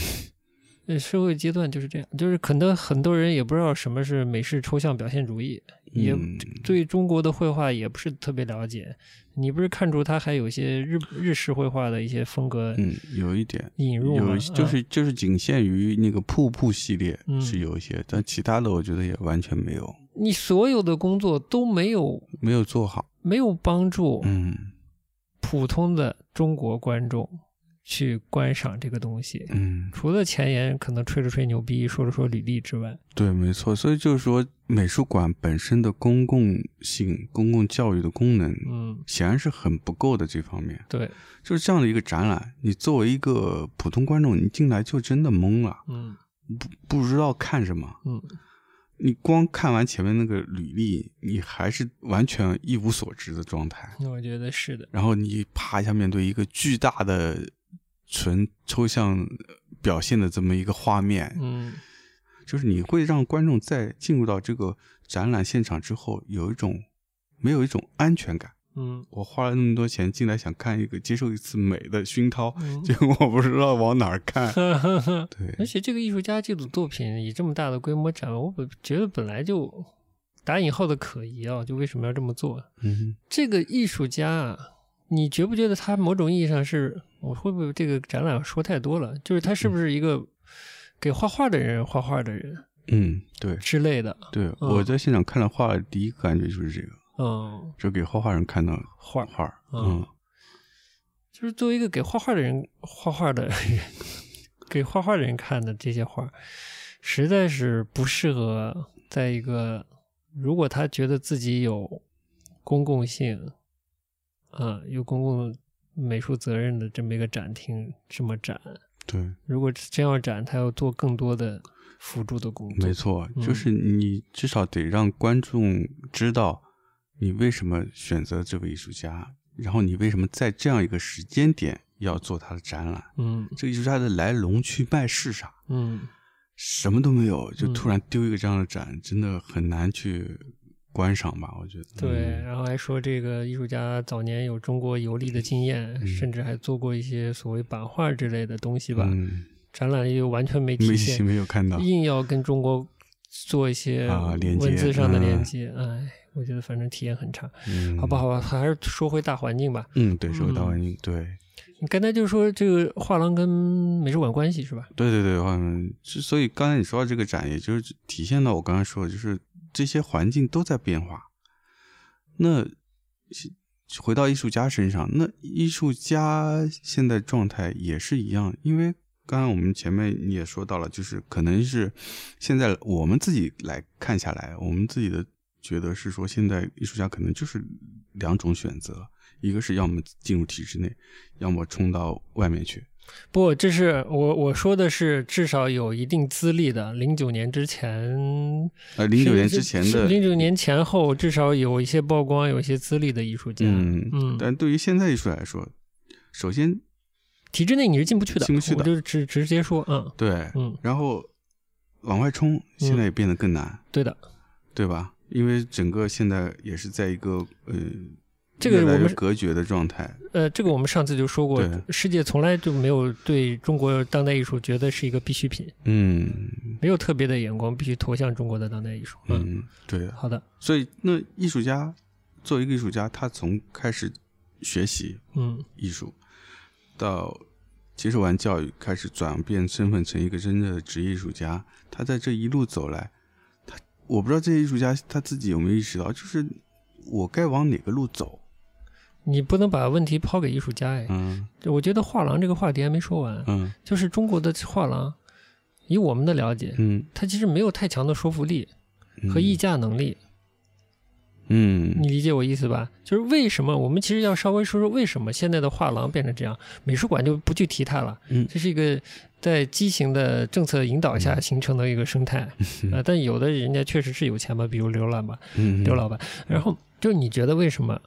A: 呃社会阶段就是这样，就是可能很多人也不知道什么是美式抽象表现主义，也
B: 嗯
A: 对中国的绘画也不是特别了解。你不是看出它还有一些日日式绘画的一些风格
B: 嗯，有一点，
A: 引入吗？
B: 有就是就是仅限于那个瀑布系列
A: 嗯
B: 是有一些，但其他的我觉得也完全没有，
A: 啊你所有的工作都没有
B: 没有做好。
A: 没有帮助
B: 嗯
A: 普通的中国观众去观赏这个东西。
B: 嗯，
A: 除了前言可能吹着吹牛逼、说着说履历之外，
B: 对，没错。所以就是说，美术馆本身的公共性、公共教育的功能，
A: 嗯，
B: 显然是很不够的。这方面
A: 对，
B: 就是这样的一个展览，你作为一个普通观众，你进来就真的懵了，
A: 嗯
B: 不知道看什么。
A: 嗯，
B: 你光看完前面那个履历，你还是完全一无所知的状态。
A: 那我觉得是的，
B: 然后你啪一下面对一个巨大的纯抽象表现的这么一个画面，
A: 嗯
B: 就是你会让观众在进入到这个展览现场之后，有一种没有一种安全感。
A: 嗯
B: 我花了那么多钱进来，想看一个接受一次美的熏陶，
A: 嗯。。
B: 结果我不知道往哪儿看
A: 呵呵而
B: 对，
A: 且这个艺术家这组作品以这么大的规模展，我本觉得本来就打引号的可疑啊，就为什么要这么做？
B: 嗯，
A: 这个艺术家啊，你觉不觉得他某种意义上是我会不会这个展览说太多了？就是他是不是一个给画画的人画画的人
B: 嗯，对
A: 之类的？
B: 对，我在现场看了画，第一个感觉就是这个，
A: 嗯，
B: 就给画画人看到
A: 画
B: 画儿，
A: 嗯
B: 嗯，
A: 就是作为一个给画画的人画画的人， 给画画的人看的这些画，实在是不适合在一个如果他觉得自己有公共性，啊，有公共美术责任的这么一个展厅这么展。
B: 对。
A: 如果真要展，他要做更多的辅助的工作。
B: 没，错，
A: 嗯
B: 就是你至少得让观众知道你为什么选择这位艺术家，然后你为什么在这样一个时间点要做他的展览。
A: 嗯
B: 这个艺术家的来龙去脉是啥？
A: 嗯，
B: 什么都没有，就
A: 嗯
B: 突然丢一个这样的展，真的很难去观赏吧？我觉得。
A: 对。
B: 嗯，
A: 然后还说这个艺术家早年有中国游历的经验，
B: 嗯
A: 甚至还做过一些所谓版画之类的东西吧。
B: 嗯，
A: 展览里又完全没体
B: 没戏
A: 现，
B: 没有看到。
A: 硬要跟中国做一些
B: 啊连接
A: 文字上的连接。哎，我觉得反正体验很差。
B: 嗯，
A: 好吧，。好吧，还是说回大环境吧。
B: 嗯，对，是个大
A: 嗯
B: 环境。对，
A: 你刚才就说这个画廊跟美术馆关系是吧？
B: 对对对，嗯，之所以刚才你说到这个展，也就是体现到我刚才说的，就是这些环境都在变化。那是回到艺术家身上，那艺术家现在状态也是一样，因为刚才我们前面你也说到了，就是可能是现在我们自己来看下来，我们自己的觉得是说，现在艺术家可能就是两种选择，一个是要么进入体制内，要么冲到外面去。
A: 不，这是我我说的是至少有一定资历的，零九年之前，
B: 呃，零九年之前的
A: 零九年前后至少有一些曝光、有一些资历的艺术家。
B: 嗯
A: 嗯
B: 但对于现在艺术来说，首先
A: 体制内你是进不去的，
B: 进不去的
A: 我就直直接说，嗯
B: 对，
A: 嗯，
B: 然后往外冲，现在也变得更难，
A: 对的，
B: 对吧？因为整个现在也是在一个呃，
A: 这个
B: 越来
A: 我
B: 越
A: 们
B: 隔绝的状态，
A: 呃，这个我们上次就说过
B: 对，
A: 世界从来就没有对中国当代艺术觉得是一个必需品，
B: 嗯
A: 没有特别的眼光必须投向中国的当代艺术。嗯，
B: 嗯，对的。
A: 好的，
B: 所以那艺术家作为一个艺术家，他从开始学习
A: 嗯
B: 艺术到。接受完教育，开始转变身份成一个真正的职业艺术家。他在这一路走来，他我不知道这些艺术家他自己有没有意识到，就是我该往哪个路走。
A: 你不能把问题抛给艺术家哎，
B: 嗯
A: 我觉得画廊这个话题还没说完，
B: 嗯
A: 就是中国的画廊，以我们的了解，
B: 嗯
A: 它其实没有太强的说服力
B: 嗯
A: 和议价能力。
B: 嗯
A: 你理解我意思吧？就是为什么我们其实要稍微说说为什么现在的画廊变成这样，美术馆就不去提它了。
B: 嗯
A: 这是一个在畸形的政策引导下形成的一个生态。 呃，但有的人家确实是有钱嘛，比如刘老板，
B: 嗯
A: 刘老板。然后就你觉得为什么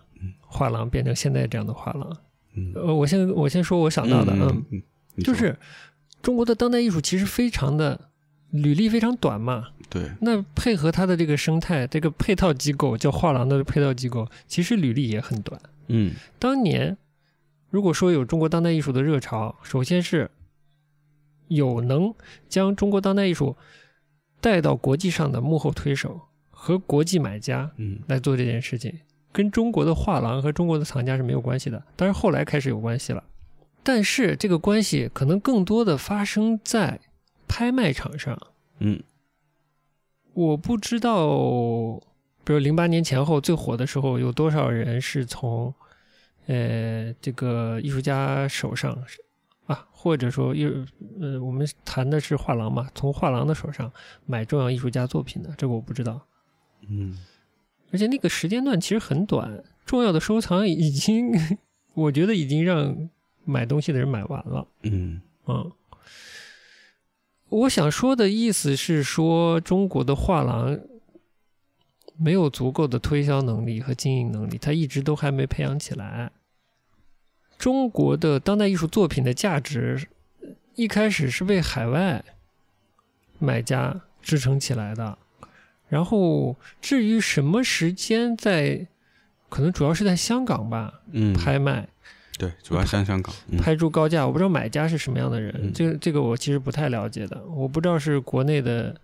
A: 画廊变成现在这样的画廊？
B: 嗯
A: 呃，我先我先说我想到的，嗯
B: 嗯，嗯你
A: 就
B: 说
A: 是中国的当代艺术其实非常的履历非常短嘛，
B: 对
A: 那配合它的这个生态，这个配套机构叫画廊的配套机构，其实履历也很短。
B: 嗯
A: 当年如果说有中国当代艺术的热潮，首先是有能将中国当代艺术带到国际上的幕后推手和国际买家
B: 嗯
A: 来做这件事情，跟中国的画廊和中国的藏家是没有关系的。当然后来开始有关系了，但是这个关系可能更多的发生在拍卖场上。
B: 嗯
A: 我不知道，比如零八年前后最火的时候，有多少人是从呃这个艺术家手上啊，或者说又呃，我们谈的是画廊嘛，从画廊的手上买重要艺术家作品的，这个我不知道。
B: 嗯，
A: 而且那个时间段其实很短，重要的收藏已经， 我觉得已经让买东西的人买完了。
B: 嗯
A: 嗯，我想说的意思是说，中国的画廊没有足够的推销能力和经营能力，它一直都还没培养起来。中国的当代艺术作品的价值，一开始是被海外买家支撑起来的。然后，至于什么时间在，可能主要是在香港吧
B: 嗯，
A: 拍卖，
B: 对，主要像香港，嗯
A: 拍出高价，我不知道买家是什么样的人，
B: 嗯
A: 这个这个我其实不太了解的，我不知道是国内的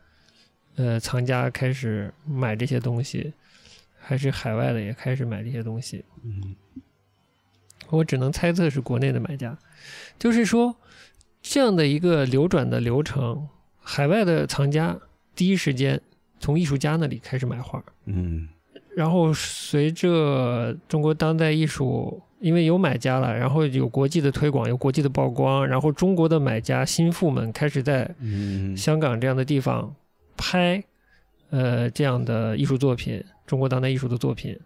A: 呃藏家开始买这些东西，还是海外的也开始买这些东西，
B: 嗯
A: 我只能猜测是国内的买家。就是说，这样的一个流转的流程，海外的藏家第一时间从艺术家那里开始买画，
B: 嗯
A: 然后随着中国当代艺术，因为有买家了，然后有国际的推广，有国际的曝光，然后中国的买家心腹们开始在
B: 嗯，
A: 香港这样的地方拍，呃，这样的艺术作品，中国当代艺术的作品。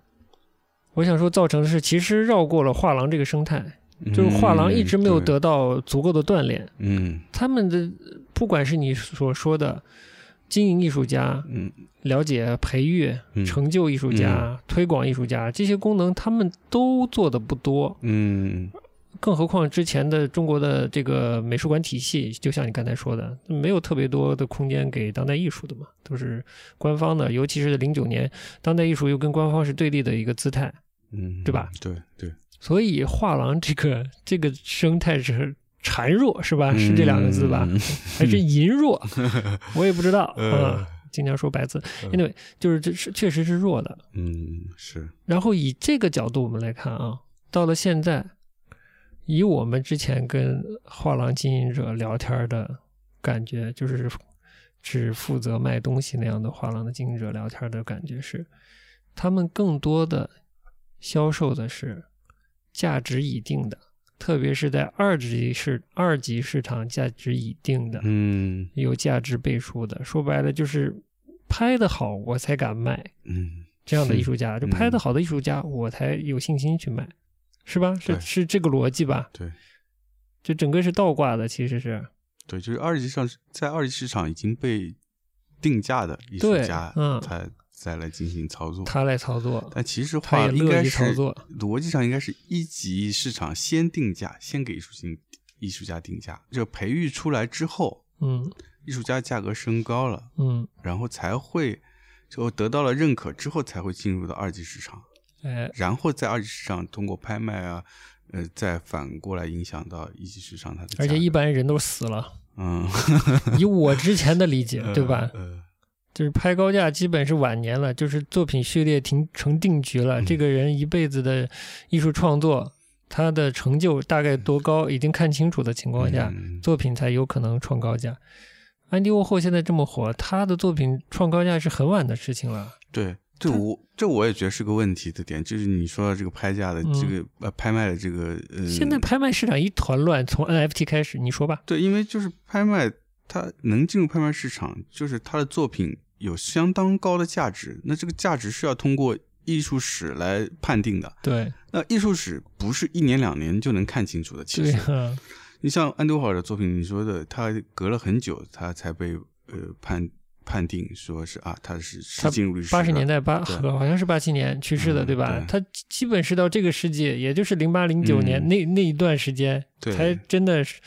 A: 我想说，造成的是其实绕过了画廊这个生态，就是画廊一直没有
B: 嗯对，
A: 得到足够的锻炼，
B: 嗯
A: 他们的不管是你所说的经营艺术家、
B: 嗯
A: 了解培育、
B: 嗯
A: 成就艺术家、推广艺术家这些功能，他们都做的不多。
B: 嗯
A: 更何况之前的中国的这个美术馆体系，就像你刚才说的，没有特别多的空间给当代艺术的嘛，都是官方的。尤其是零九年，当代艺术又跟官方是对立的一个姿态，
B: 嗯，
A: 对吧？
B: 对对，
A: 所以画廊这个 这个生态是孱弱，是吧？啊是这两个字吧？
B: 嗯？
A: 还是淫弱？ 我也不知道。嗯
B: 呃，
A: 经常说白字
B: 嗯
A: ，anyway，就是这是确实是弱的。
B: 嗯， 是，
A: 然后以这个角度我们来看啊，到了现在，以我们之前跟画廊经营者聊天的感觉，就是只负责卖东西那样的画廊的经营者聊天的感觉是，他们更多的销售的是价值已定的，特别是在二级市二级市场价值已定的、
B: 嗯
A: 有价值背书的，说白了就是拍的好我才敢卖。
B: 嗯
A: 这样的
B: 是
A: 艺术家，就
B: 嗯
A: 拍的好的艺术家，我才有信心去买，是吧？是
B: 对
A: 是这个逻辑吧？
B: 对，
A: 就整个是倒挂的，其实是
B: 对，就是二级市场在二级市场已经被定价的艺术
A: 对
B: 家，
A: 嗯
B: 才再来进行操作。
A: 他来操作，
B: 但其实
A: 他
B: 话
A: 也
B: 应
A: 乐
B: 该
A: 意操
B: 是
A: 作。
B: 逻辑上应该是一级市场先定价，先给艺术性艺术家定价，就培育出来之后，
A: 嗯
B: 艺术家价格升高了，
A: 嗯，
B: 然后才会就得到了认可之后才会进入到二级市场，
A: 哎，
B: 然后在二级市场通过拍卖啊，呃，再反过来影响到一级市场它的价格。
A: 而且一般人都死了。
B: 嗯，
A: 以我之前的理解，对吧？
B: 呃，
A: 就是拍高价，基本是晚年了，就是作品序列停成定局了。
B: 嗯
A: 这个人一辈子的艺术创作，他的成就大概多高，已经看清楚的情况下，
B: 嗯
A: 作品才有可能创高价。安迪沃霍现在这么火，他的作品创高价是很晚的事情了。
B: 对，这我这我也觉得是个问题的点，就是你说到这个拍价的
A: 嗯
B: 这个呃拍卖的这个呃，
A: 现在拍卖市场一团乱，从 NFT 开始，你说吧？
B: 对，因为就是拍卖，它能进入拍卖市场，就是它的作品有相当高的价值，那这个价值是要通过艺术史来判定的。
A: 对，
B: 那艺术史不是一年两年就能看清楚的，其
A: 对
B: 实
A: 啊，
B: 你像安德沃尔的作品，你说的，他隔了很久，他才被呃判判定说是啊，他是
A: 他
B: 是进入历史
A: 八十
B: 的
A: 年代八
B: 对
A: 好像是八七年去世的，
B: 嗯
A: 对吧
B: 对？
A: 他基本是到这个世纪，也就是零八零九
B: 嗯
A: 年那那一段时间，
B: 对
A: 才真的是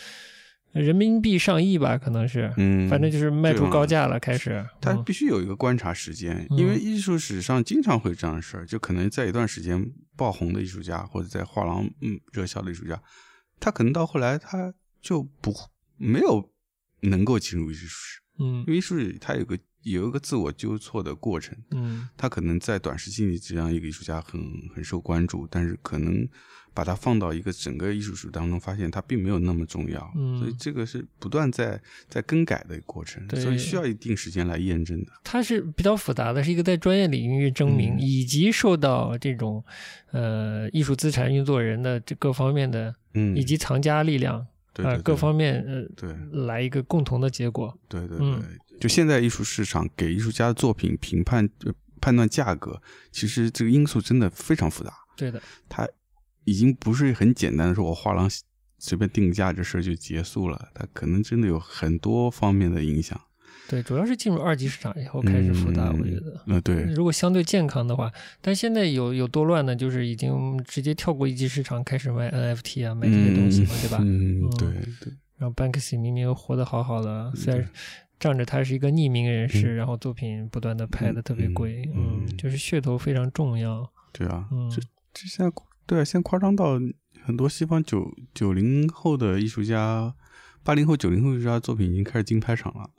A: 人民币上亿吧，可能是，
B: 嗯，
A: 反正就是卖
B: 对
A: 出
B: 吧
A: 高价了，开始。
B: 它
A: 嗯
B: 必须有一个观察时间，
A: 嗯
B: 因为艺术史上经常会有这样的事儿，就可能在一段时间爆红的艺术家，或者在画廊嗯热销的艺术家，他可能到后来他就不没有能够进入艺术史，
A: 嗯
B: 因为艺术史它有个有一个自我纠错的过程，
A: 嗯
B: 他可能在短时期里这样一个艺术家很很受关注，但是可能把它放到一个整个艺术史当中，发现它并没有那么重要，
A: 嗯
B: 所以这个是不断在在更改的过程，
A: 对
B: 所以需要一定时间来验证的。
A: 它是比较复杂的，是一个在专业领域争鸣，
B: 嗯
A: 以及受到这种呃艺术资产运作人的这各方面的，
B: 嗯，
A: 以及藏家力量
B: 对
A: 呃
B: 对，
A: 各
B: 对
A: 方面呃
B: 对
A: 来一个共同的结果。
B: 对对对，
A: 嗯
B: 就现在艺术市场给艺术家的作品评判、呃判断价格，其实这个因素真的非常复杂，
A: 对的，
B: 它已经不是很简单的说我画廊随便定价这事儿就结束了，它可能真的有很多方面的影响。
A: 对，主要是进入二级市场以后开始复杂，
B: 嗯
A: 我觉得。
B: 呃，对，
A: 如果相对健康的话，但现在有有多乱呢？就是已经直接跳过一级市场，开始卖 NFT 啊，卖这些东西嘛，对吧？
B: 嗯
A: 嗯，
B: 对对，
A: 然后 Banksy 明明活得好好的， 虽
B: 嗯对
A: 然仗着他是一个匿名人士，
B: 嗯
A: 然后作品不断的拍的特别贵，
B: 嗯
A: 嗯，
B: 嗯
A: 就是噱头非常重要，
B: 对啊，
A: 嗯
B: 这这现在对啊，现在夸张到很多西方九九零后的艺术家，八零后、九零后艺术家作品已经开始竞拍场了。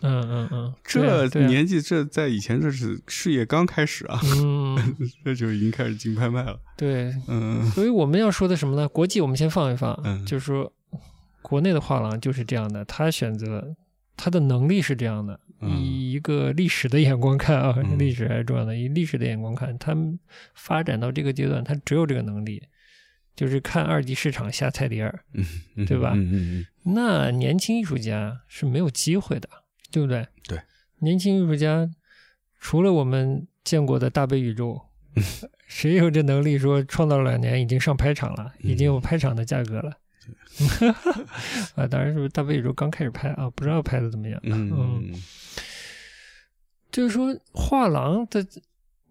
A: 嗯嗯嗯，
B: 这
A: 对啊对啊
B: 年纪，这在以前这是事业刚开始啊，
A: 嗯，
B: 这就已经开始竞拍卖了。
A: 对，
B: 嗯
A: 所以我们要说的什么呢？国际我们先放一放，
B: 嗯
A: 就是说国内的画廊就是这样的，他选择他的能力是这样的，
B: 嗯
A: 以一个历史的眼光看啊，
B: 嗯
A: 历史还是重要的，以历史的眼光看，他们发展到这个阶段，他只有这个能力，就是看二级市场下菜碟儿。
B: 嗯，
A: 对吧
B: 嗯嗯嗯，
A: 那年轻艺术家是没有机会的，对不对？
B: 对，
A: 年轻艺术家除了我们见过的大悲宇宙，
B: 嗯
A: 谁有这能力说创造了两年已经上拍场了，
B: 嗯
A: 已经有拍场的价格了？ 啊，当然是大悲宇宙刚开始拍啊，不知道拍的怎么样。
B: 嗯嗯
A: 就是说，画廊的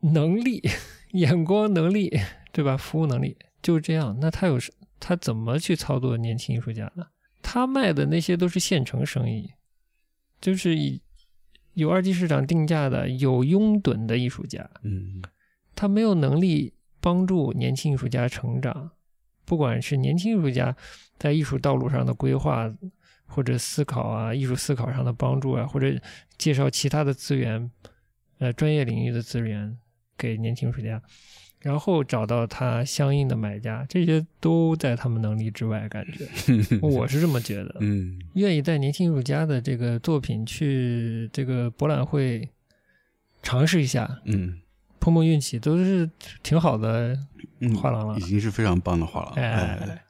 A: 能力、 眼光能力，对吧？服务能力就是这样。那他有什他怎么去操作年轻艺术家呢？他卖的那些都是现成生意，就是以有二级市场定价的、有拥趸的艺术家，
B: 嗯
A: 他没有能力帮助年轻艺术家成长，不管是年轻艺术家在艺术道路上的规划，或者思考啊，艺术思考上的帮助啊，或者介绍其他的资源，呃，专业领域的资源给年轻艺术家，然后找到他相应的买家，这些都在他们能力之外，感觉我是这么觉得。
B: 嗯
A: 愿意带年轻艺术家的这个作品去这个博览会尝试一下，
B: 嗯
A: 碰碰运气都是挺好的。
B: 嗯，
A: 画廊了
B: 已经是非常棒的画廊。哎
A: 哎，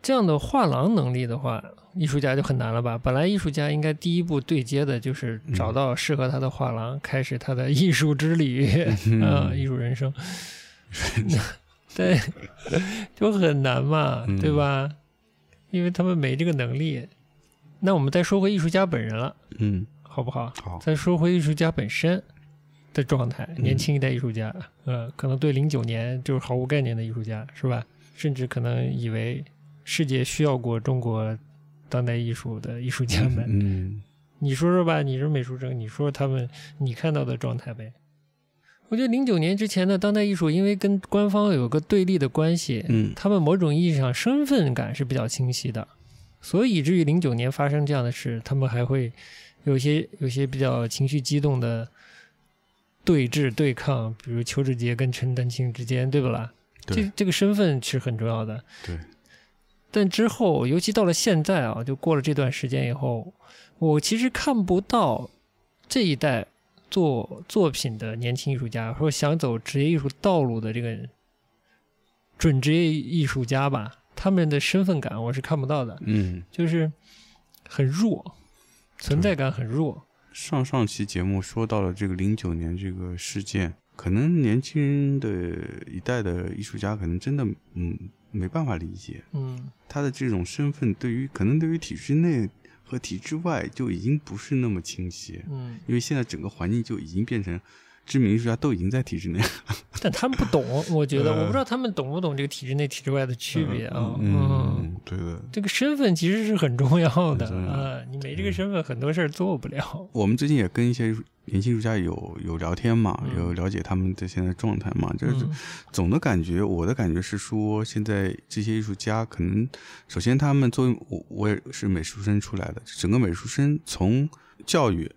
A: 这样的画廊能力的话，艺术家就很难了吧？本来艺术家应该第一步对接的就是找到适合他的画廊，开始他的艺术之旅，
B: 嗯
A: 啊、艺术人生。对，就很难嘛，
B: 嗯
A: 对吧？因为他们没这个能力。那我们再说回艺术家本人了，
B: 嗯，
A: 好不好？
B: 好，嗯
A: 再说回艺术家本身的状态，年轻一代艺术家，呃，可能对零九年就是毫无概念的艺术家，是吧？甚至可能以为世界需要过中国当代艺术的艺术家们。
B: 嗯
A: 你说说吧，你是美术生，你说说他们你看到的状态呗。我觉得零九年之前的当代艺术，因为跟官方有个对立的关系，
B: 嗯
A: 他们某种意义上身份感是比较清晰的，所以以至于零九年发生这样的事，他们还会有一些有一些比较情绪激动的对峙对抗，比如邱志杰跟陈丹青之间，对不啦？
B: 对
A: 这这个身份是很重要的。
B: 对。
A: 但之后，尤其到了现在啊，就过了这段时间以后，我其实看不到这一代做作品的年轻艺术家，或者想走职业艺术道路的这个准职业艺术家吧，他们的身份感我是看不到的，
B: 嗯，
A: 就是很弱，存在感很弱。
B: 上上期节目说到了这个零九年这个事件，可能年轻人的一代的艺术家可能真的嗯没办法理解，
A: 嗯，
B: 他的这种身份对于可能对于体制内和体制外就已经不是那么清晰，
A: 嗯，
B: 因为现在整个环境就已经变成知名艺术家都已经在体制内了。
A: 但他们不懂，我觉得，
B: 呃
A: 我不知道他们懂不懂这个体制内、体制外的区别啊。
B: 嗯，对的。
A: 这个身份其实是很重要的
B: 很重要嗯
A: 啊，你没这个身份，很多事儿做不 了。
B: 我们最近也跟一些艺术年轻艺术家有有聊天嘛，
A: 嗯
B: 有了解他们的现在状态嘛，就是
A: 嗯
B: 总的感觉，我的感觉是说，现在这些艺术家可能，首先他们作为我，我也是美术生出来的，整个美术生从教育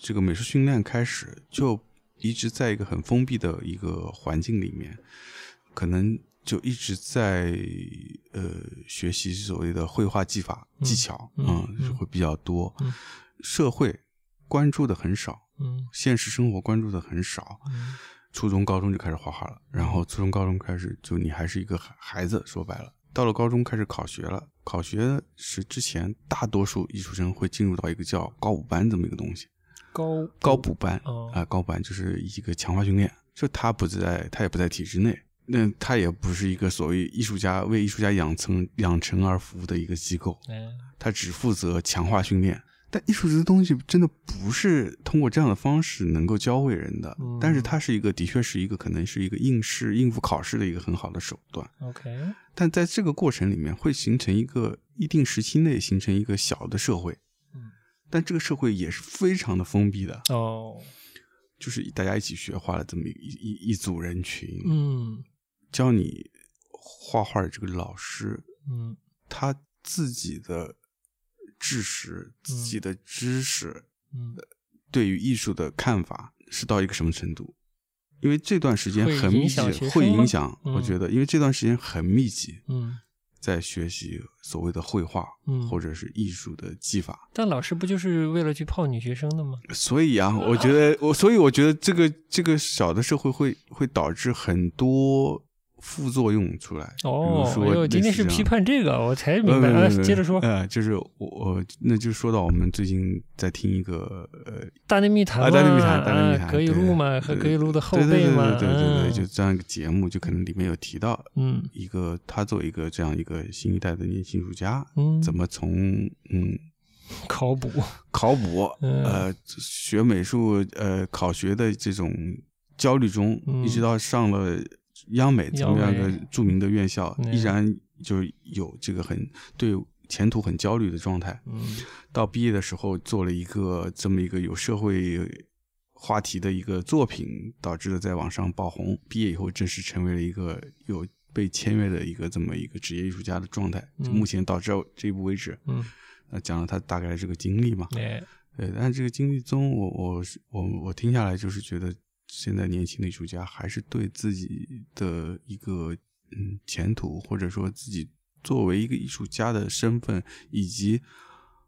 B: 这个美术训练开始，就一直在一个很封闭的一个环境里面，可能就一直在呃学习所谓的绘画技法
A: 嗯
B: 技巧
A: 嗯
B: 啊、
A: 嗯
B: 会比较多，
A: 嗯
B: 社会关注的很少，
A: 嗯
B: 现实生活关注的很少，
A: 嗯
B: 初中、高中就开始画画了，然后初中、高中开始就你还是一个孩孩子，说白了，到了高中开始考学了，考学是之前大多数艺术生会进入到一个叫高补班这么一个东西。
A: 高
B: 高补班啊、
A: 哦
B: 高补班就是一个强化训练，就他不在，他也不在体制内，那他也不是一个所谓艺术家为艺术家养成养成而服务的一个机构，
A: 嗯
B: 他只负责强化训练。但艺术这东西真的不是通过这样的方式能够教会人的，
A: 嗯
B: 但是它是一个，的确是一个，可能是一个应试、应付考试的一个很好的手段。
A: ，OK，
B: 但在这个过程里面，会形成一个一定时期内形成一个小的社会，
A: 嗯，
B: 但这个社会也是非常的封闭的，
A: 哦，
B: 就是大家一起学画的这么一一一组人群，
A: 嗯
B: 教你画画的这个老师，
A: 嗯
B: 他自己的知识、自己的知识
A: 嗯，
B: 对于艺术的看法是到一个什么程度？因为这段时间
A: 会
B: 很
A: 影
B: 密集
A: 响学，
B: 会
A: 生吗
B: 影响，
A: 嗯
B: 我觉得，因为这段时间很密集，
A: 嗯，
B: 在学习所谓的绘画，
A: 嗯
B: 或者是艺术的技法，
A: 但老师不就是为了去泡女学生的吗？
B: 所以啊，我觉 得我，所以我觉得这个这个小的社会会会导致很多副作用出来。
A: 哦，
B: 比如说
A: 哎呦，今天是
B: 类似
A: 批
B: 这样
A: 判这个，我才明白。
B: 呃
A: 啊
B: 不不不
A: 接着说，
B: 呃，就是我我那就说到我们最近在听一个呃
A: 大内密谈嘛
B: 啊，大内密谈，大内密
A: 啊
B: 谈，
A: 葛一
B: 对
A: 路嘛，和
B: 对
A: 葛一路的后
B: 对对
A: 辈
B: 对
A: 嘛，
B: 对对对对，
A: 嗯
B: 就这样一个节目，就可能里面有提到
A: 嗯
B: 一个他作为一个这样一个新一代的年轻艺术家，
A: 嗯，
B: 怎么从嗯
A: 考古？
B: 考古，
A: 嗯
B: 呃，学美术，呃，考学的这种焦虑中，
A: 嗯
B: 一直到上了央美这么样
A: 央
B: 的
A: 美
B: 著名的院校，
A: 嗯
B: 依然就是有这个很对前途很焦虑的状态。
A: 嗯
B: 到毕业的时候，做了一个这么一个有社会话题的一个作品，导致了在网上爆红。毕业以后，正式成为了一个有被签约的一个这么一个职业艺术家的状态。
A: 嗯
B: 目前到这这一步为止，
A: 嗯，
B: 呃，讲了他大概的这个经历嘛。
A: 哎，
B: 对，但这个经历中，我我是我我听下来就是觉得，现在年轻的艺术家还是对自己的一个嗯前途，或者说自己作为一个艺术家的身份，以及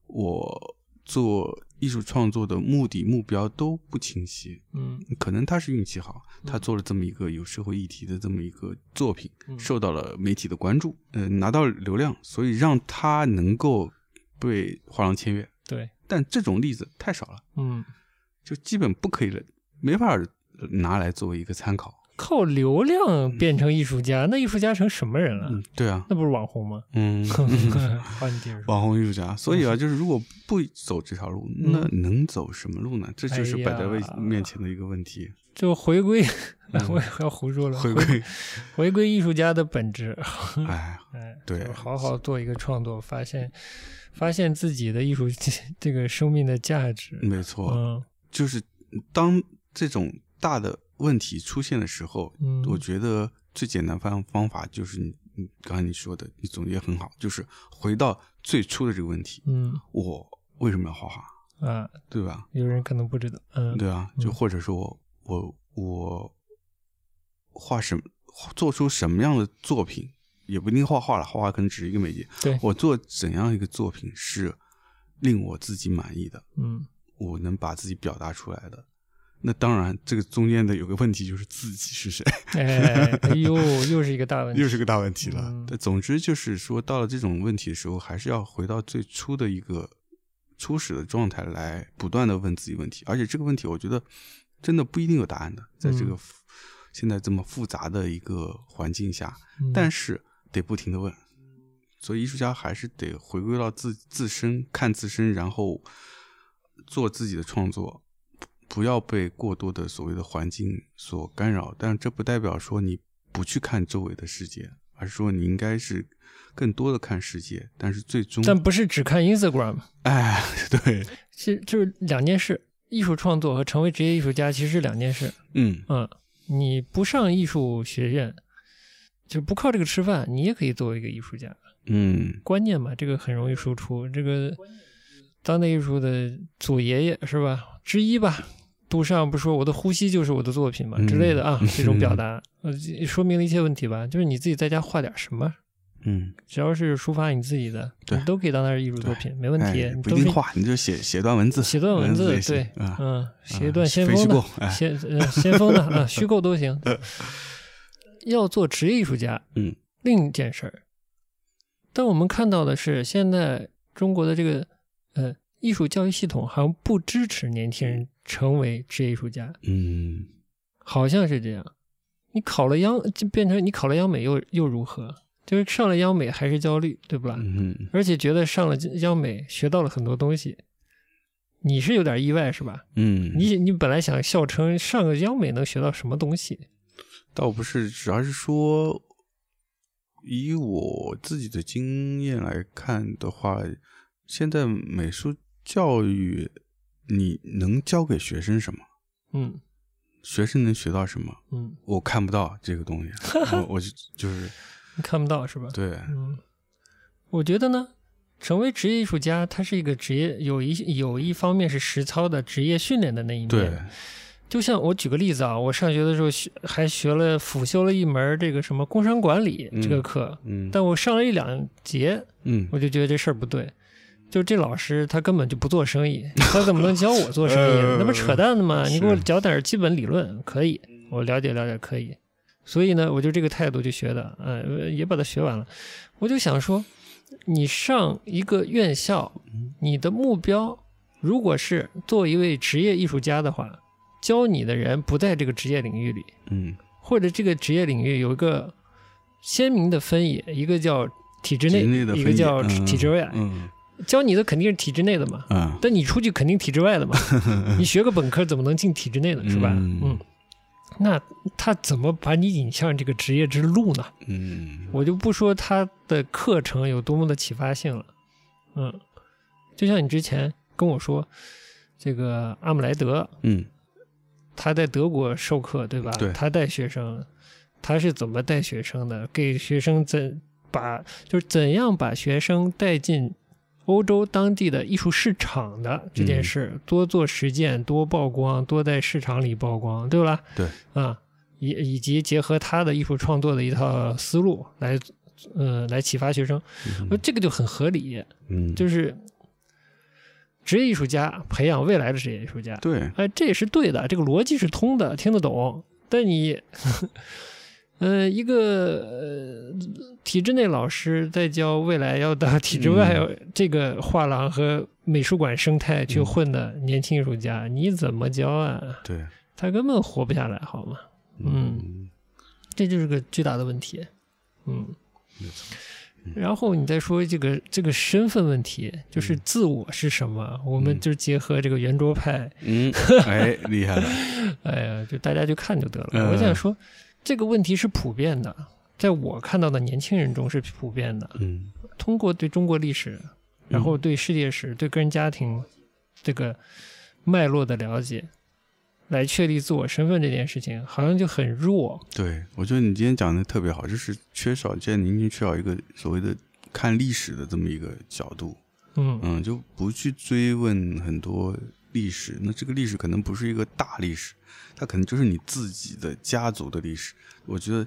B: 我做艺术创作的目的目标都不清晰。
A: 嗯
B: 可能他是运气好，他
A: 嗯
B: 做了这么一个有社会议题的这么一个作品，
A: 嗯
B: 受到了媒体的关注，呃，拿到流量，所以让他能够被画廊签约。
A: 对，
B: 但这种例子太少了，
A: 嗯，
B: 就基本不可以了，没法儿拿来作为一个参考。
A: 靠流量变成艺术家，那艺术家成什么人了？
B: 嗯，对啊，
A: 那不是网红吗？
B: 嗯，
A: 好，你接 着说。
B: 网红艺术家，所以啊，就是如果不走这条路，
A: 嗯
B: 那能走什么路呢？这就是
A: 哎呀
B: 摆在位面前的一个问题。
A: 就回归， 我也要胡说了。
B: 嗯回归，
A: 回归艺术家的本质，
B: 哎，
A: 哎，
B: 对
A: 就是好好做一个创作，发现发现自己的艺术这个生命的价值。
B: 没错，
A: 嗯
B: 就是当这种大的问题出现的时候，
A: 嗯
B: 我觉得最简单方方法就是你，你刚才你说的，你总结很好，就是回到最初的这个问题，
A: 嗯
B: 我为什么要画画，
A: 啊，
B: 对吧？
A: 有人可能不知道。嗯，
B: 对啊，就
A: 嗯
B: 或者说我我我画什么，做出什么样的作品，也不一定画画了，画画可能只是一个媒介。
A: 对，
B: 我做怎样一个作品是令我自己满意的，
A: 嗯，
B: 我能把自己表达出来的。那当然，这个中间的有个问题就是自己是谁，
A: 哎，哎 呦，又是一个大问题，
B: 又是个大问题了
A: 嗯。
B: 但总之就是说，到了这种问题的时候，还是要回到最初的一个初始的状态来，不断的问自己问题。而且这个问题，我觉得真的不一定有答案的，在这个
A: 嗯
B: 复现在这么复杂的一个环境下，
A: 嗯
B: 但是得不停的问。所以艺术家还是得回归到自自身，看自身，然后做自己的创作，不要被过多的所谓的环境所干扰。但这不代表说你不去看周围的世界，而是说你应该是更多的看世界。但是最终，
A: 但不是只看 Instagram，
B: 哎，对，
A: 其实就是两件事：艺术创作和成为职业艺术家其实是两件事。
B: 嗯，
A: 嗯，你不上艺术学院，就不靠这个吃饭，你也可以作为一个艺术家。
B: 嗯，
A: 观念嘛，这个很容易输出。这个当代艺术的祖爷爷是吧，之一吧。杜尚不说我的呼吸就是我的作品嘛
B: 嗯
A: 之类的 啊，这种表达，呃，这说明了一切问题吧。就是你自己在家画点什么，
B: 嗯，
A: 只要是抒发你自己的，
B: 对
A: 你都可以当它是艺术作品，没问题。
B: 哎
A: 你
B: 不
A: 都
B: 一
A: 是
B: 定画，你就写写段文字，
A: 写段文字，
B: 也行
A: 对，
B: 啊，
A: 嗯，写一
B: 啊
A: 段先
B: 非虚
A: 锋的
B: 构，哎
A: 先呃先锋的 啊，虚构都行。要做职业艺术家，
B: 嗯，
A: 另一件事儿，但我们看到的是，现在中国的这个呃艺术教育系统好像不支持年轻人成为职业艺术家，
B: 嗯，
A: 好像是这样。你考了央，就变成你考了央美又又如何？就是上了央美还是焦虑，对不啦？
B: 嗯，
A: 而且觉得上了央美学到了很多东西，你是有点意外是吧？
B: 嗯，
A: 你你本来想笑称上个央美能学到什么东西？
B: 倒不是，主要是说，以我自己的经验来看的话，现在美术教育你能教给学生什么？
A: 嗯
B: 学生能学到什么？
A: 嗯，
B: 我看不到这个 东西，我我就就是
A: 你看不到是吧？
B: 对，
A: 嗯，我觉得呢，成为职业艺术家，它是一个职业，有一有一方面是实操的职业训练的那一面。
B: 对，
A: 就像我举个例子啊，我上学的时候学还学了辅修了一门这个什么工商管理这个课，
B: 嗯，
A: 但我上了一两节，
B: 嗯，
A: 我就觉得这事儿不对。就这老师，他根本就不做生 意，他怎么能教我做生意呢？
B: 呃
A: 那不扯淡的吗？你给我
B: 是
A: 讲点基本理论可以，我了解了解可以。所以呢，我就这个态度去学的，呃，也把它学完了。我就想说，你上一个院校，
B: 嗯
A: 你的目标如果是做一位职业艺术家的话，教你的人不在这个职业领域里，
B: 嗯，
A: 或者这个职业领域有一个鲜明的分野，一个叫体制内，
B: 体内的
A: 一
B: 分
A: 个
B: 野
A: 叫
B: 嗯
A: 体制外。
B: 嗯
A: 教你的肯定是体制内的嘛，
B: 嗯
A: 但你出去肯定体制外 的嘛。你学个本科怎么能进体制内呢？是吧？
B: 嗯
A: 嗯，那他怎么把你引向这个职业之路呢？
B: 嗯
A: 我就不说他的课程有多么的启发性了，嗯，就像你之前跟我说，这个阿姆莱德
B: 嗯
A: 他在德国授课，对吧？
B: 对
A: 他带学生，他是怎么带学生的？给学生怎把就是怎样把学生带进欧洲当地的艺术市场的这件事，
B: 嗯
A: 多做实践，多曝光，多在市场里曝光，对吧？
B: 对
A: 啊，以以及结合他的艺术创作的一套思路来，呃，来启发学生，我说这个就很合理，
B: 嗯，
A: 就是职业艺术家培养未来的职业艺术家。
B: 对，
A: 哎，这也是对的，这个逻辑是通的，听得懂。但你，呃，一个呃体制内老师在教未来要到体制外、
B: 嗯
A: 这个画廊和美术馆生态去混的年轻艺术家，你怎么教啊？
B: 对，
A: 他根本活不下来，好吗？嗯，这就是个巨大的问题。嗯，
B: 没错，嗯
A: 然后你再说这个这个身份问题，就是自我是什么？我们
B: 嗯
A: 就结合这个圆桌派。
B: 嗯，哎，厉害了，
A: 哎呀，就大家去看就得了。
B: 嗯
A: 我想说，这个问题是普遍的，在我看到的年轻人中是普遍的。
B: 嗯，
A: 通过对中国历史，然后对世界史、对个人家庭这个脉络的了解，来确立自我身份这件事情，好像就很弱。
B: 对，我觉得你今天讲的特别好，就是缺少现在您就缺少一个所谓的看历史的这么一个角度，
A: 嗯
B: 嗯，就不去追问很多历史。那这个历史可能不是一个大历史，它可能就是你自己的家族的历史，我觉得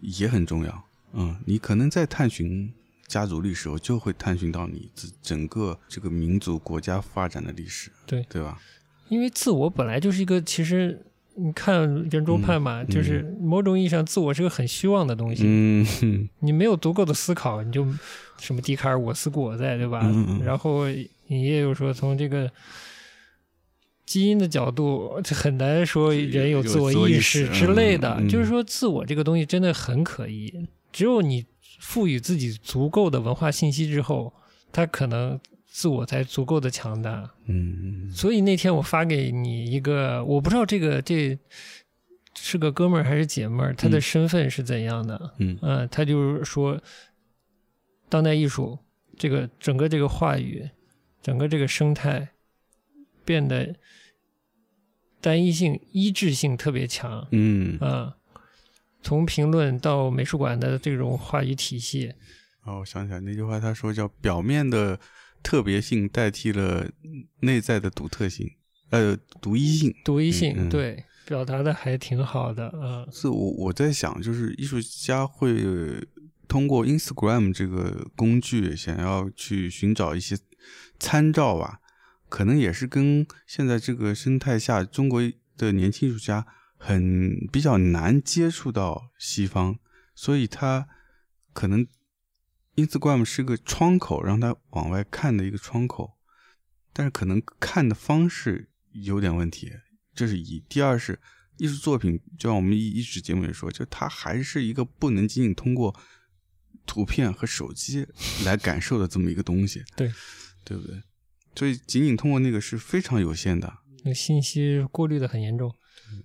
B: 也很重要。嗯，你可能在探寻家族历史，我就会探寻到你自整个这个民族国家发展的历史，
A: 对
B: 对吧？
A: 因为自我本来就是一个，其实你看圆桌派嘛，
B: 嗯
A: 就是某种意义上，自我是个很虚妄的东西。
B: 嗯 哼
A: 你没有足够的思考，你就什么笛卡尔我思故我在，对吧？
B: 嗯嗯嗯
A: 然后你也有说从这个基因的角度，这很难说人有自我意识之类的。
B: 有自我意识嗯嗯
A: 就是说，自我这个东西真的很可疑，只有你赋予自己足够的文化信息之后，它可能自我才足够的强大。
B: 嗯，
A: 所以那天我发给你一个，我不知道这个这是个哥们儿还是姐们儿，他的
B: 嗯
A: 身份是怎样的？
B: 嗯
A: 呃，他就是说，当代艺术这个整个这个话语，整个这个生态变得单一性、一致性特别强啊、
B: 嗯，
A: 从评论到美术馆的这种话语体系，
B: 哦，我想起来那句话，他说叫表面的特别性代替了内在的独特性，呃，独一性。
A: 独一性，
B: 嗯嗯
A: 对表达的还挺好的啊、
B: 是我我在想，就是艺术家会通过 Instagram 这个工具，想要去寻找一些参照吧，可能也是跟现在这个生态下，中国的年轻艺术家很比较难接触到西方，所以他可能 Instagram 是个窗口，让他往外看的一个窗口，但是可能看的方式有点问题，这是一。第二是艺术作品，就像我们一一直节目也说，就它还是一个不能仅仅通过图片和手 机来感受的这么一个东西，
A: 对，
B: 对不对？所以仅仅通过那个是非常有限的。
A: 那个信息过滤的很严重。
B: 嗯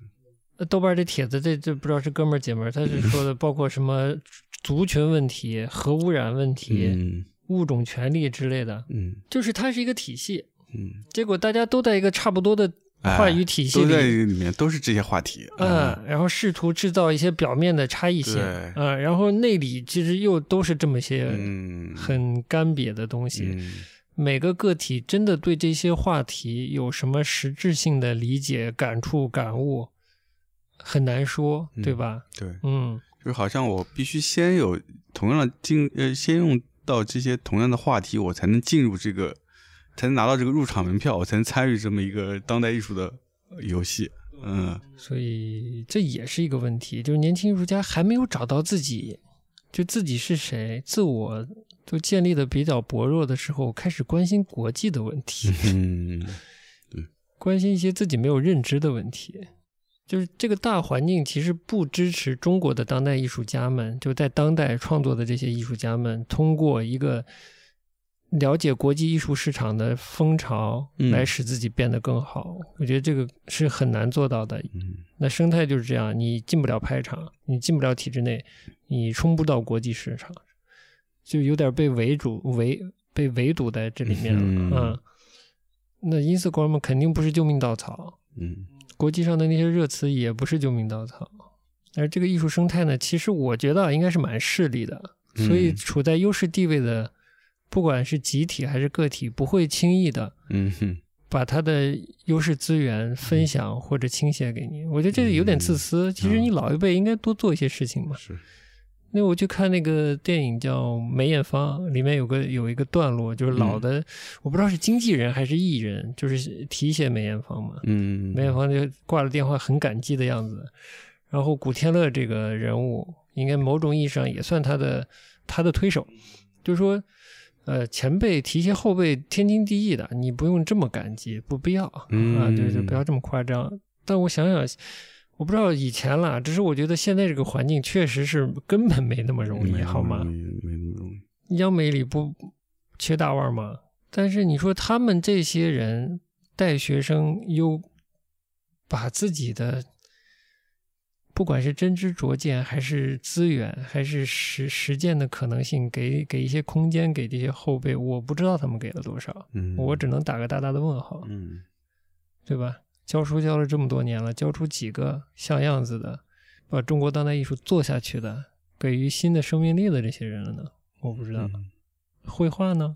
A: 呃豆瓣儿这帖子，这这不知道是哥们儿姐们儿，他是说的包括什么族群问题、核污染问题、
B: 嗯
A: 物种权利之类的，
B: 嗯
A: 就是它是一个体系，
B: 嗯，
A: 结果大家都在一个差不多的
B: 哎
A: 话语体系
B: 都在
A: 里，
B: 里面，都是这些话题。
A: 嗯，然后试图制造一些表面的差异性
B: 对，
A: 嗯，然后内里其实又都是这么些
B: 嗯，
A: 很干瘪的东西，
B: 嗯
A: 每个个体真的对这些话题有什么实质性的理解、感触、感悟，很难说，
B: 嗯
A: 对吧？
B: 对，
A: 嗯，
B: 就是好像我必须先有同样的进呃，先用到这些同样的话题，我才能进入这个，才能拿到这个入场门票，我才能参与这么一个当代艺术的游戏。嗯
A: 所以这也是一个问题，就是年轻艺术家还没有找到自己，就自己是谁，自我都建立的比较薄弱的时候，开始关心国际的问题，
B: 嗯
A: 关心一些自己没有认知的问题。就是这个大环境其实不支持中国的当代艺术家们，就在当代创作的这些艺术家们，通过一个了解国际艺术市场的风潮
B: 嗯
A: 来使自己变得更好。我觉得这个是很难做到的。
B: 嗯
A: 那生态就是这样，你进不了拍场，你进不了体制内，你冲不到国际市场，就有点被围堵围被围堵在这里面了。
B: 嗯
A: 嗯，那 Instagram 肯定不是救命稻草，
B: 嗯
A: 国际上的那些热词也不是救命稻草。而这个艺术生态呢，其实我觉得啊应该是蛮势利的，
B: 嗯
A: 所以处在优势地位的，不管是集体还是个体，不会轻易的
B: 嗯哼
A: 把他的优势资源分享或者倾斜给你，我觉得这有点自私。其实你老一辈应该多做一些事情嘛。
B: 是
A: 那我就看那个电影叫《梅艳芳》，里面有个有一个段落，就是老的，我不知道是经纪人还是艺人，就是提携梅艳芳嘛。
B: 嗯
A: 梅艳芳就挂了电话，很感激的样子。然后古天乐这个人物，应该某种意义上也算他的他的推手，就是说，呃，前辈提携后辈，天经地义的，你不用这么感激，不必要啊，
B: 嗯
A: 就是不要这么夸张。但我想想，我不知道以前啦，只是我觉得现在这个环境确实是根本没那么容易，
B: 没
A: 好吗？
B: 没没那么容易。
A: 央媒里不缺大腕儿吗？但是你说他们这些人带学生，又把自己的不管是真知灼见，还是资源，还是实实践的可能性，给给一些空间给这些后辈，我不知道他们给了多少，
B: 嗯，
A: 我只能打个大大的问号，
B: 嗯
A: 对吧？教书教了这么多年了，教出几个像样子的，把中国当代艺术做下去的，给予新的生命力的这些人了呢？我不知道。绘画呢，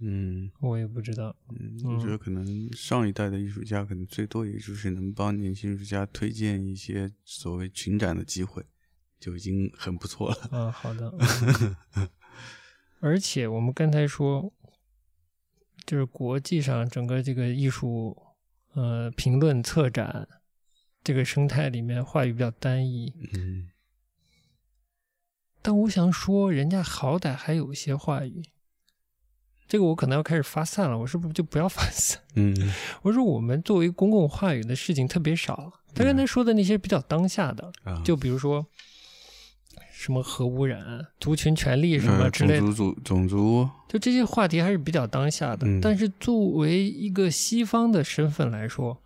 B: 嗯
A: 我也不知道。
B: 嗯，我觉
A: 嗯
B: 得可能上一代的艺术家可能最多也就是能帮年轻艺术家推荐一些所谓群展的机会，就已经很不错 了。
A: 啊，好的。而且我们刚才说，就是国际上整个这个艺术，呃，评论、策展这个生态里面，话语比较单一。
B: 嗯
A: 但我想说，人家好歹还有一些话语。这个我可能要开始发散了，我是不是就不要发散？
B: 嗯
A: 我说我们作为公共话语的事情特别少。他刚才
B: 嗯
A: 说的那些比较当下的，
B: 啊，
A: 就比如说什么核污染、族群权利什么
B: 呃
A: 之类的，
B: 种族种种族，
A: 就这些话题还是比较当下的。
B: 嗯
A: 但是作为一个西方的身份来说，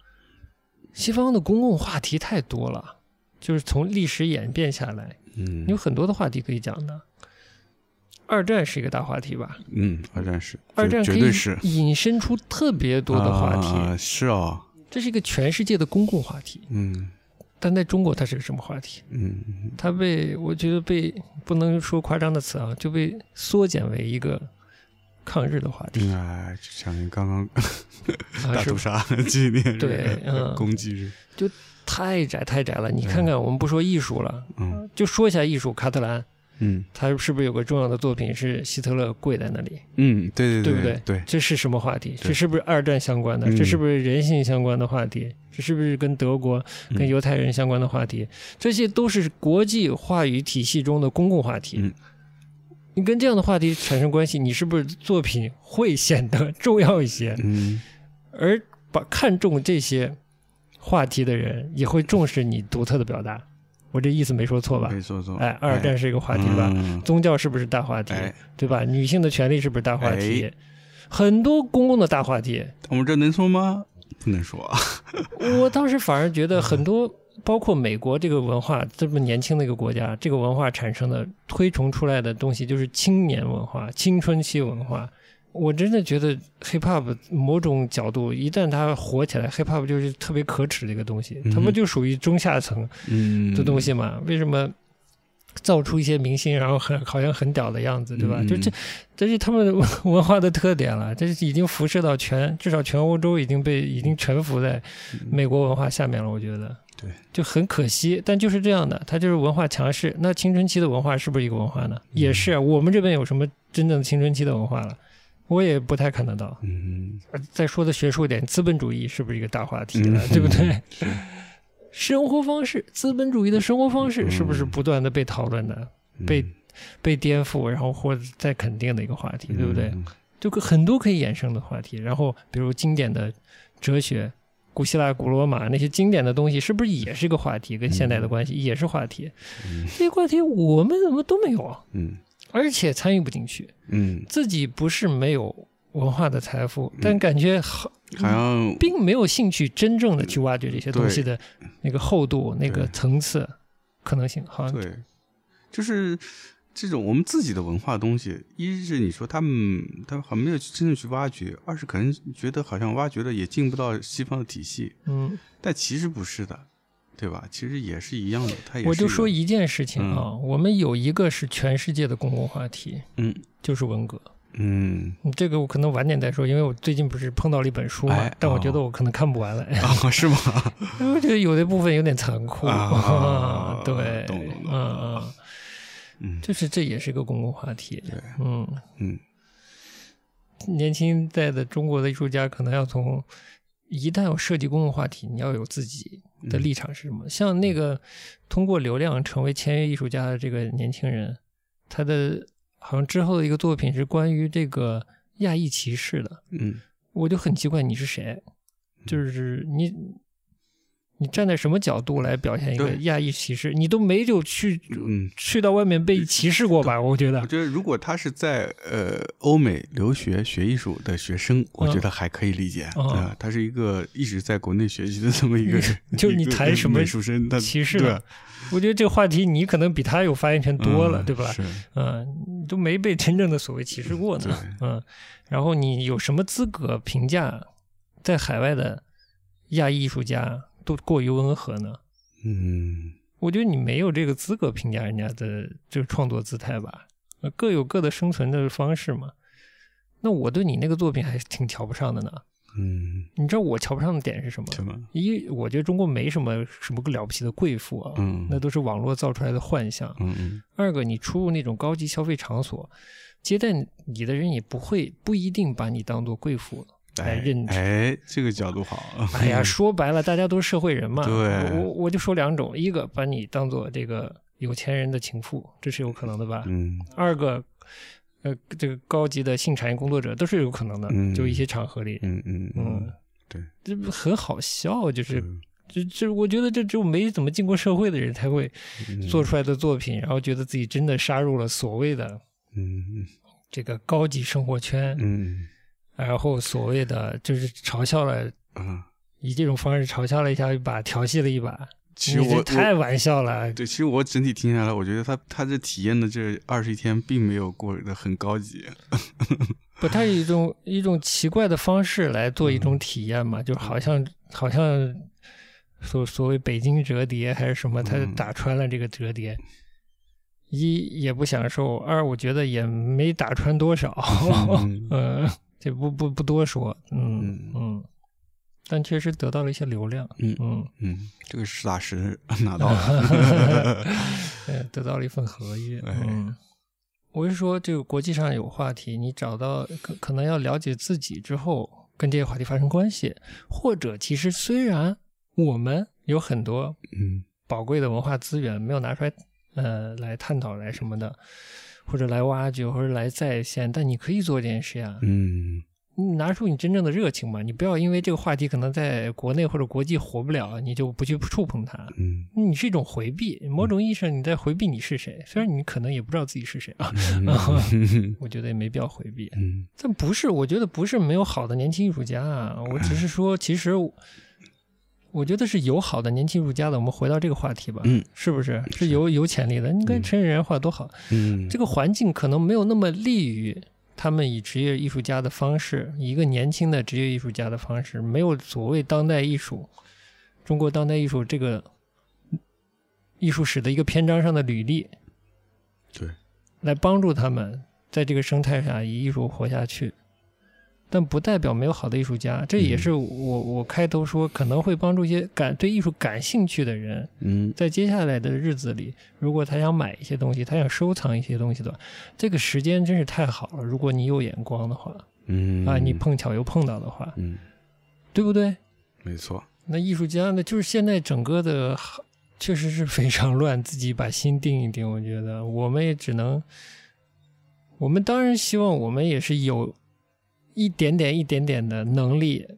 A: 西方的公共话题太多了，就是从历史演变下来，
B: 嗯
A: 有很多的话题可以讲的。二战是一个大话题吧？
B: 嗯，二战是，
A: 二
B: 绝
A: 战可
B: 绝
A: 以
B: 对是
A: 引申出特别多的话题，
B: 啊是哦，
A: 这是一个全世界的公共话题。
B: 嗯
A: 但在中国，它是个什么话题？
B: 嗯
A: 它被我觉得被不能说夸张的词啊，就被缩减为一个抗日的话题
B: 嗯，哎，就像你刚刚
A: 啊，
B: 嗯大
A: 是
B: 屠杀纪念日，
A: 对嗯
B: 攻击日，
A: 太窄太窄了。你看看，我们不说艺术了，
B: 嗯
A: 就说一下艺术。卡特兰
B: 嗯
A: 他是不是有个重要的作品是希特勒跪在那里？
B: 嗯，
A: 对
B: 对对
A: 不对
B: 对对，
A: 这是什么话题？
B: 对
A: 这是不是二战相关的？
B: 嗯
A: 这是不是人性相关的话题？这是不是跟德国、
B: 嗯
A: 跟犹太人相关的话题？这些都是国际话语体系中的公共话题。
B: 嗯
A: 你跟这样的话题产生关系，你是不是作品会显得重要一些？
B: 嗯，
A: 而把看重这些话题的人，也会重视你独特的表达。我这意思没说错吧
B: 可？以说说。
A: 哎，二战是一个话题吧？
B: 嗯
A: 宗教是不是大话题？
B: 哎，
A: 对吧？女性的权利是不是大话题？很多公共的大话题，
B: 我们这能说吗？不能说啊。
A: 我当时反而觉得很
B: 嗯
A: 多，包括美国这个文化这么年轻的一个国家，这个文化产生的推崇出来的东西就是青年文化、青春期文化。我真的觉得 hip hop 某种角度，一旦它火起来，hip hop 就是特别可耻的一个东西，它
B: 嗯
A: 不
B: 哼
A: 就属于中下层
B: 嗯，
A: 的东西嘛？为什么？造出一些明星，然后很好像很屌的样子，对吧？
B: 嗯
A: 就这，这是他们的文 文化的特点了，这是已经辐射到全，至少全欧洲已经被已经臣服在美国文化下面了，我觉得。
B: 嗯对，
A: 就很可惜，但就是这样的，它就是文化强势。那青春期的文化是不是一个文化呢？
B: 嗯
A: 也是啊，我们这边有什么真正青春期的文化了？我也不太看得到。
B: 嗯，
A: 呃再说的学术一点，资本主义是不是一个大话题
B: 嗯
A: 了？对不对？生活方式，资本主义的生活方式是不是不断的被讨论的、
B: 嗯
A: 被被颠覆，然后或者在肯定的一个话题，对不对？？
B: 嗯
A: 就可很多可以衍生的话题。然后，比如经典的哲学，古希腊、古罗马那些经典的东西，是不是也是个话题？跟现代的关系也是话题。
B: 嗯
A: 这些话题我们怎么都没有，
B: 嗯
A: 而且参与不进去。
B: 嗯，
A: 自己不是没有文化的财富，但感觉好。
B: 好像
A: 并没有兴趣真正的去挖掘这些东西的那个厚度、那个
B: 对
A: 层次、可能性，好像
B: 对，就是这种我们自己的文化东西，一是你说他们他们好像没有去真正去挖掘，二是可能觉得好像挖掘了也进不到西方的体系，
A: 嗯，
B: 但其实不是的，对吧？其实也是一嗯样的，他也是
A: 我就
B: 有
A: 说一件事情啊，我们有一个是全世界的公共话题，
B: 嗯
A: 就是文革。
B: 嗯
A: 嗯这个我可能晚点再说，因为我最近不是碰到了一本书嘛，
B: 哎
A: 但我觉得我可能看不完了，
B: 啊是吗？
A: 因为这个有的部分有点残酷。
B: 啊
A: 对，
B: 懂懂懂
A: 嗯嗯，
B: 嗯
A: 就是这也是一个公共话题。
B: 对，
A: 嗯，
B: 嗯
A: 年轻一代的中国的艺术家可能要从，一旦有涉及公共话题，你要有自己的立场是什
B: 嗯
A: 么。像那个通过流量成为签约艺术家的这个年轻人，他的好像之后的一个作品是关于这个亚裔歧视的，
B: 嗯
A: 我就很奇怪你是谁，就是你。你站在什么角度来表现一个
B: 对
A: 亚裔歧视？你都没有去
B: 嗯。
A: 去到外面被歧视过吧？我觉
B: 我
A: 得，
B: 觉得，如果他是在呃欧美留学学艺术的学生，我觉得还可以理解啊、
A: 嗯，
B: 呃他是一个一直在国内学习的这么一个人
A: 就是你
B: 一个
A: 谈什么
B: 美术生，他
A: 歧视
B: 对啊
A: 呢我觉得这个话题你可能比他有发言权多了，
B: 嗯
A: 对吧？
B: 是
A: 嗯，你都没被真正的所谓歧视过呢。嗯，然后你有什么资格评价在海外的亚裔艺术家都过于温和呢？
B: 嗯
A: 我觉得你没有这个资格评价人家的这个创作姿态吧，呃各有各的生存的方式嘛。那我对你那个作品还挺瞧不上的呢。
B: 嗯，
A: 你知道我瞧不上的点是什么？
B: 什么？
A: 一，我觉得中国没什么什么了不起的贵妇啊，
B: 嗯
A: 那都是网络造出来的幻想。
B: 嗯嗯
A: 二个，你出入那种高级消费场所，接待你的人也不会不一定把你当做贵妇来认知。
B: 哎，这个角度好。啊
A: 哎呀，说白了，大家都是社会人嘛。
B: 嗯对
A: 我我就说两种，一个把你当做这个有钱人的情妇，这是有可能的吧？
B: 嗯
A: 二个，呃，这个高级的性产业工作者都是有可能的，
B: 嗯
A: 就一些场合里，
B: 嗯嗯嗯，对，
A: 这不很好笑，就是这这，我觉得这只有没怎么进过社会的人才会嗯
B: 嗯
A: 做出来的作品，然后觉得自己真的杀入了所谓的。
B: 嗯
A: 这个高级生活圈，
B: 嗯
A: 然后所谓的就是嘲笑了，
B: 啊。
A: 以这种方式嘲笑了一下一把，调戏了一把，
B: 其实
A: 你这
B: 我
A: 太玩笑了。
B: 对，其实我整体听下来，我觉得他他这体验的这二十一天并没有过得很高级。
A: 不，它是一种一种奇怪的方式来做一种体验
B: 嗯
A: 嘛，就好像好像所所谓北京折叠还是什么，它
B: 嗯
A: 打穿了这个折叠。一也不享受，二我觉得也没打穿多少，
B: 嗯
A: 呃，这不不不多说，嗯
B: 嗯
A: 嗯，但确实得到了一些流量，
B: 嗯
A: 嗯，
B: 嗯，这个实打实拿到了。
A: 呃，得到了一份合约。
B: 哎
A: 嗯，我是说，这个国际上有话题，你找到可可能要了解自己之后，跟这些话题发生关系，或者其实虽然我们有很多
B: 嗯
A: 宝贵的文化资源没有拿出来，呃，来探讨来什么的，或者来挖掘，或者来再现，但你可以做这件事呀。
B: 嗯，
A: 你拿出你真正的热情嘛，你不要因为这个话题可能在国内或者国际火不了，你就不去触碰它。
B: 嗯，
A: 你是一种回避，某种意义上你在回避你是谁，虽然你可能也不知道自己是谁啊，
B: 嗯，
A: 我觉得也没必要回避。
B: 嗯，
A: 但不是，我觉得不是没有好的年轻艺术家啊，我只是 说，其实我我觉得是有好的年轻艺术家的。我们回到这个话题吧，
B: 嗯，
A: 是不是是有有潜力的？你跟
B: 嗯
A: 陈人画多好，
B: 嗯，
A: 这个环境可能没有那么利于他们以职业艺术家的方式，以一个年轻的职业艺术家的方式，没有所谓当代艺术，中国当代艺术这个艺术史的一个篇章上的履历，
B: 对，
A: 来帮助他们在这个生态下以艺术活下去。但不代表没有好的艺术家，这也是我我开头说可能会帮助一些感对艺术感兴趣的人，
B: 嗯，
A: 在接下来的日子里，如果他想买一些东西，他想收藏一些东西的话，这个时间真是太好了。如果你有眼光的话，
B: 嗯，
A: 啊，你，碰巧又碰到的话，
B: 嗯，
A: 对不对？
B: 没错，
A: 那艺术家呢，就是现在整个的行确实是非常乱，自己把心定一定。我觉得我们也只能，我们当然希望我们也是有一点点、一点点的能力，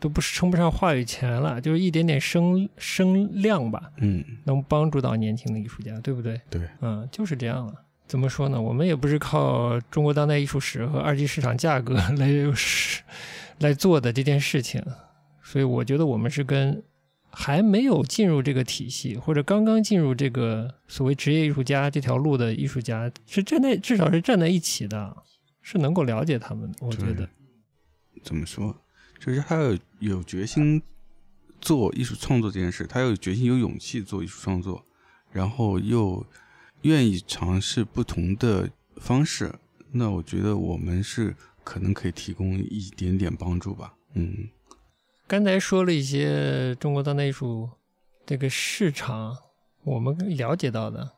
A: 都不是称不上话语权了，就是一点点声声量吧。
B: 嗯，
A: 能帮助到年轻的艺术家，对不对？
B: 对，
A: 嗯，就是这样了。怎么说呢？我们也不是靠中国当代艺术史和二级市场价格 来来做的这件事情，所以我觉得我们是跟还没有进入这个体系，或者刚刚进入这个所谓职业艺术家这条路的艺术家，是站在至少是站在一起的，是能够了解他们的。我觉得，
B: 怎么说？就是他有有决心做艺术创作这件事，他有决心、有勇气做艺术创作，然后又愿意尝试不同的方式。那我觉得我们是可能可以提供一点点帮助吧。嗯
A: 刚才说了一些中国当代艺术这个市场，我们了解到的，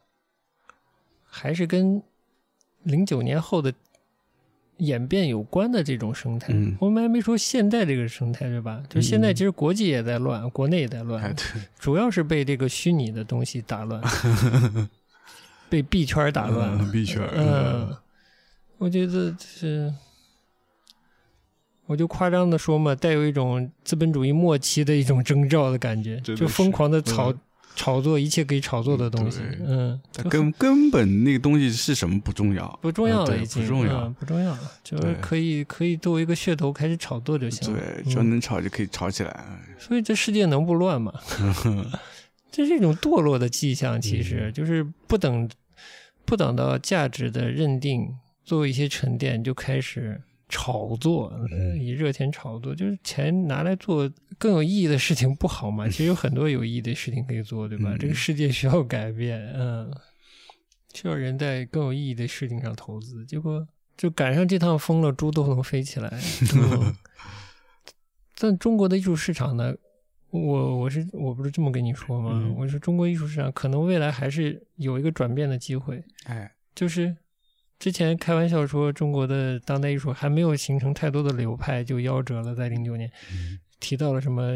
A: 还是跟零九年后的演变有关的这种生态。
B: 嗯
A: 我们还没说现在这个生态，对吧？就现在，其实国际也在乱，国内也在
B: 哎
A: 乱，
B: 对，
A: 主要是被这个虚拟的东西打 乱，被币圈打乱。
B: 嗯币圈儿
A: 嗯，我觉得是，我就夸张的说嘛，带有一种资本主义末期的一种征兆的感觉，
B: 真的
A: 就疯
B: 是
A: 狂的炒、
B: 嗯
A: 炒作一切可以炒作的东西
B: 对，
A: 嗯，
B: 它
A: 就
B: 根根本那个东西是什么不重要，
A: 不重要
B: 呃
A: 了，
B: 对
A: 已经
B: 不重要
A: 嗯，。不重要了，就是
B: 对
A: 可以可以作为一个噱头开始炒作就行了。
B: 对，
A: 嗯
B: 只要能吵就可以吵起来。
A: 所以这世界能不乱 吗？这是一种堕落的迹象，其实、
B: 嗯
A: 就是不等不等到价值的认定，做一些沉淀，就开始炒作，
B: 嗯
A: 以热钱炒作，就是钱拿来做更有意义的事情，不好吗？其实有很多有意义的事情可以做，对吧？
B: 嗯
A: 这个世界需要改变，嗯，需要人在更有意义的事情上投资，结果就赶上这趟风了，猪都能飞 起来。嗯但中国的艺术市场呢？我我是我不是这么跟你说吗？
B: 嗯
A: 我说中国艺术市场可能未来还是有一个转变的机会，
B: 哎，
A: 就是之前开玩笑说中国的当代艺术还没有形成太多的流派就夭折了，在零九年
B: 嗯
A: 提到了什么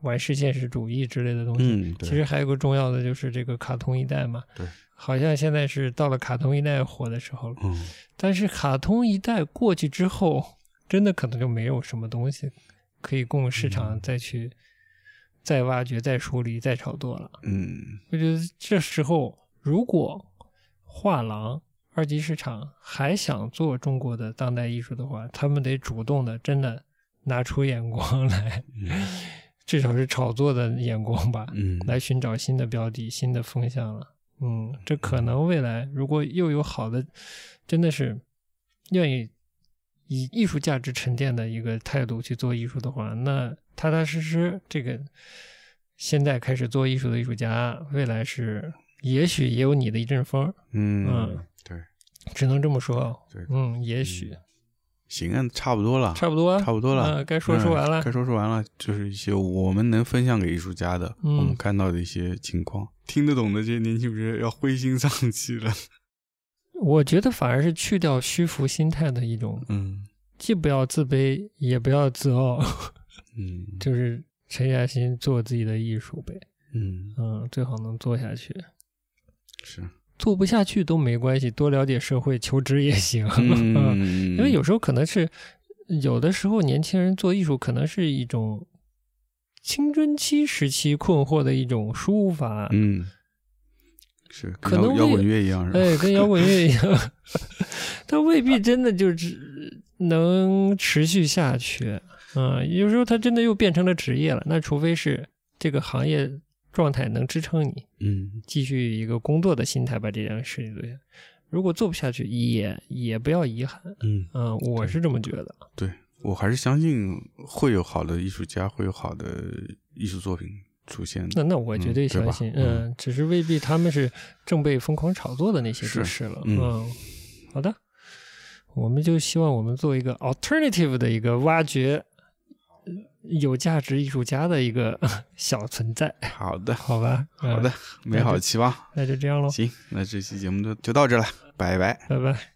A: 完事现实主义之类的东西。
B: 嗯，
A: 其
B: 对，
A: 实还有个重要的就是这个卡通一代嘛，
B: 对，
A: 好像现在是到了卡通一代火的时候了。
B: 嗯，
A: 但是卡通一代过去之后，真的可能就没有什么东西可以供市场再去、再挖掘、再梳理、再炒作了。
B: 嗯，
A: 我觉得这时候，如果画廊、二级市场还想做中国的当代艺术的话，他们得主动的，真的拿出眼光来， 至少是炒作的眼光吧，
B: 嗯，
A: 来寻找新的标的、新的风向了。嗯，这可能未来如果又有好的，真的是愿意以艺术价值沉淀的一个态度去做艺术的话，那踏踏实实这个现在开始做艺术的艺术家，未来是也许也有你的一阵风，
B: 嗯
A: 嗯，
B: 对，
A: 只能这么说
B: 对。
A: 嗯，也许
B: 行啊，差不多了，
A: 差不多啊，
B: 差不多了
A: 嗯该说说完了
B: 嗯该。说说完了，就是一些我们能分享给艺术家的，
A: 嗯
B: 我们看到的一些情况，听得懂的这些年轻人要灰心丧气了。
A: 我觉得反而是去掉虚浮心态的一种，
B: 嗯
A: 既不要自卑，也不要自傲。
B: 嗯，
A: 就是沉下心做自己的艺术呗，
B: 嗯
A: 嗯，最好能做下去。
B: 是
A: 做不下去都没关系，多了解社会，求职也行。
B: 嗯，
A: 因为有时候可能是，有的时候年轻人做艺术可能是一种青春期时期困惑的一种抒发，
B: 嗯，是跟
A: 可
B: 摇
A: 能
B: 摇
A: 会
B: 滚乐一样，是吧？
A: 哎，跟摇滚乐一样， 它未必真的就是能持续下去。嗯，有时候它真的又变成了职业了，那除非是这个行业状态能支撑你
B: 嗯
A: 继续一个工作的心态把这件事情做下去。如果做不下去，也也不要遗憾。
B: 嗯，
A: 嗯，我是这么觉得。
B: 对我还是相信会有好的艺术家，会有好的艺术作品出现
A: 那
B: 的。
A: 那我绝对
B: 嗯对
A: 相
B: 吧
A: 信，
B: 嗯
A: 嗯，只是未必他们是正被疯狂炒作的那些
B: 是
A: 就是了，
B: 嗯
A: 嗯，好的，我们就希望我们做一个 alternative 的一个挖掘呃有价值艺术家的一个 小存在，
B: 好的，
A: 好吧？
B: 好
A: 嗯
B: 的，美好的期望。
A: 那就这样喽，
B: 行，那这期节目就就到这了，拜拜。
A: 拜拜。